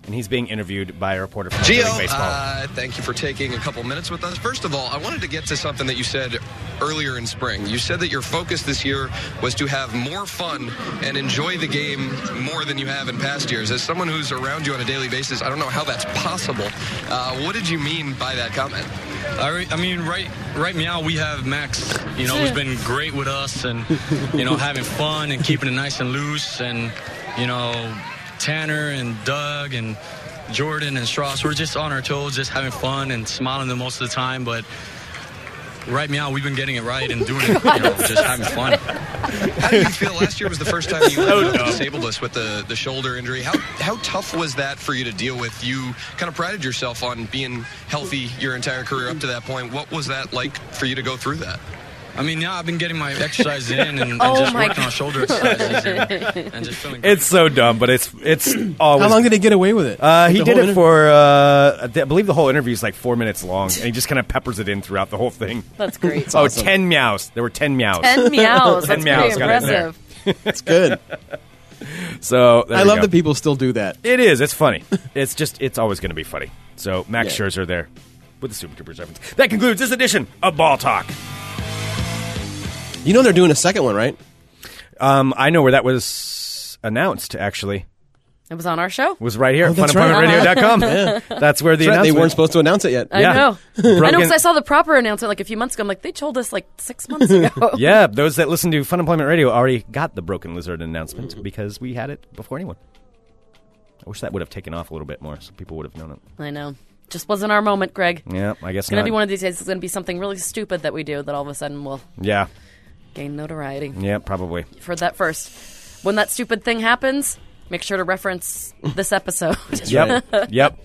and he's being interviewed by a reporter from Major Gio, League Baseball. uh, thank you for taking a couple minutes with us. First of all, I wanted to get to something that you said earlier in spring. You said that your focus this year was to have more fun and enjoy the game more than you have in past years. As someone who's around you on a daily basis, I don't know how that's possible. Uh, what did you mean by that comment? I, re- I mean, right right now we have Max, you know, who's been great with us and, you know, having fun and keeping it nice and loose. And, you know, Tanner and Doug and Jordan and Strauss, we're just on our toes, just having fun and smiling the most of the time. But right now we've been getting it right and doing it, you know, just having fun. How do you feel? Last year was the first time you disabled us with the, the shoulder injury. How how tough was that for you to deal with? You kind of prided yourself on being healthy your entire career up to that point. What was that like for you to go through that? I mean, now I've been getting my exercise in and, and Oh just my working on shoulder exercises and, and just feeling great. It's so dumb, but it's it's always. How long did he get away with it? uh, he The did whole it interview? for, uh, I believe the whole interview is like four minutes long, and he just kind of peppers it in throughout the whole thing. That's great. Oh, ten meows. There were 10 meows. Ten meows. That's pretty meows got it in there. impressive. It's good. So there I you love go. that people still do that. It is. It's funny. it's just. It's always going to be funny. So Max Yeah. Scherzer there with the Super Troopers reference. That concludes this edition of Ball Talk. You know they're doing a second one, right? Um, I know where that was announced. Actually, It was on our show. It was right here. at Oh, that's right. funemploymentradio.com. That's where the That's right, They announcement. weren't supposed to announce it yet. I Yeah. know. I know Broken- because I saw the proper announcement like a few months ago. I'm like, they told us like six months ago. yeah, those that listen to Fun Employment Radio already got the Broken Lizard announcement because we had it before anyone. I wish that would have taken off a little bit more so people would have known it. I know. Just wasn't our moment, Greg. Yeah, I guess It's gonna not. be one of these days. It's gonna be something really stupid that we do that all of a sudden will yeah, gain notoriety. yeah, probably. You've heard that first. When that stupid thing happens, make sure to reference this episode. Yep, yep.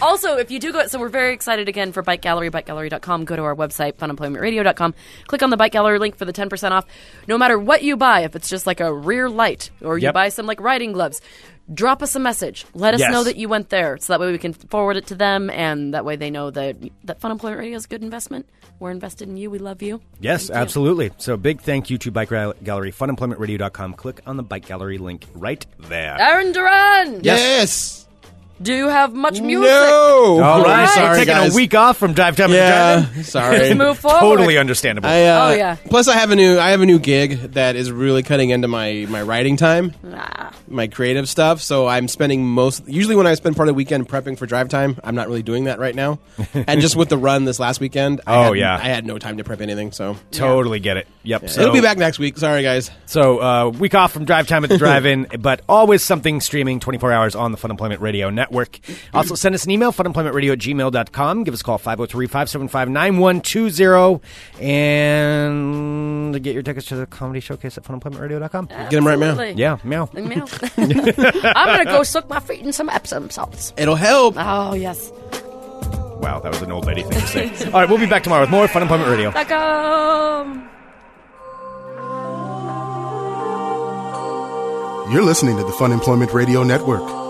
also, if you do go, so we're very excited again for Bike Gallery, bikegallery.com. Go to our website, funemploymentradio.com. Click on the Bike Gallery link for the 10% off. No matter what you buy, if it's just like a rear light or you Yep. buy some like riding gloves, drop us a message. Let us Yes. know that you went there, so that way we can forward it to them, and that way they know that that Fun Employment Radio is a good investment. We're invested in you. We love you. Yes, Thank you. absolutely. So big thank you to Bike Gal- Gallery, funemploymentradio.com. Click on the Bike Gallery link right there. Aaron Duran, Yes. do you have much music? No. All right, Sorry, taking guys. a week off from Drive Time and Yeah. Driving. Sorry. Let's move forward. Totally understandable. I, uh, Oh, yeah. Plus, I have a new I have a new gig that is really cutting into my my writing time, Nah. my creative stuff. So I'm spending most usually when I spend part of the weekend prepping for drive time. I'm not really doing that right now, and just with the run this last weekend. I Oh, had, yeah. I had no time to prep anything. So totally get it. Yep. So, it'll be back next week. Sorry, guys. So uh, week off from Drive Time at the Drive-In, but always something streaming 24 hours on the Fun Employment Radio Network. Also, send us an email, funemploymentradio at gmail.com. Give us a call, 503-575-9120. And get your tickets to the comedy showcase at funemploymentradio.com. Get them right now. Absolutely. Yeah, meow. Meow. I'm gonna go soak my feet in some Epsom salts. It'll help. Oh yes. Wow, that was an old lady thing to say. All right, we'll be back tomorrow with more Fun Employment Radio. Like um. You're listening to the Fun Employment Radio Network.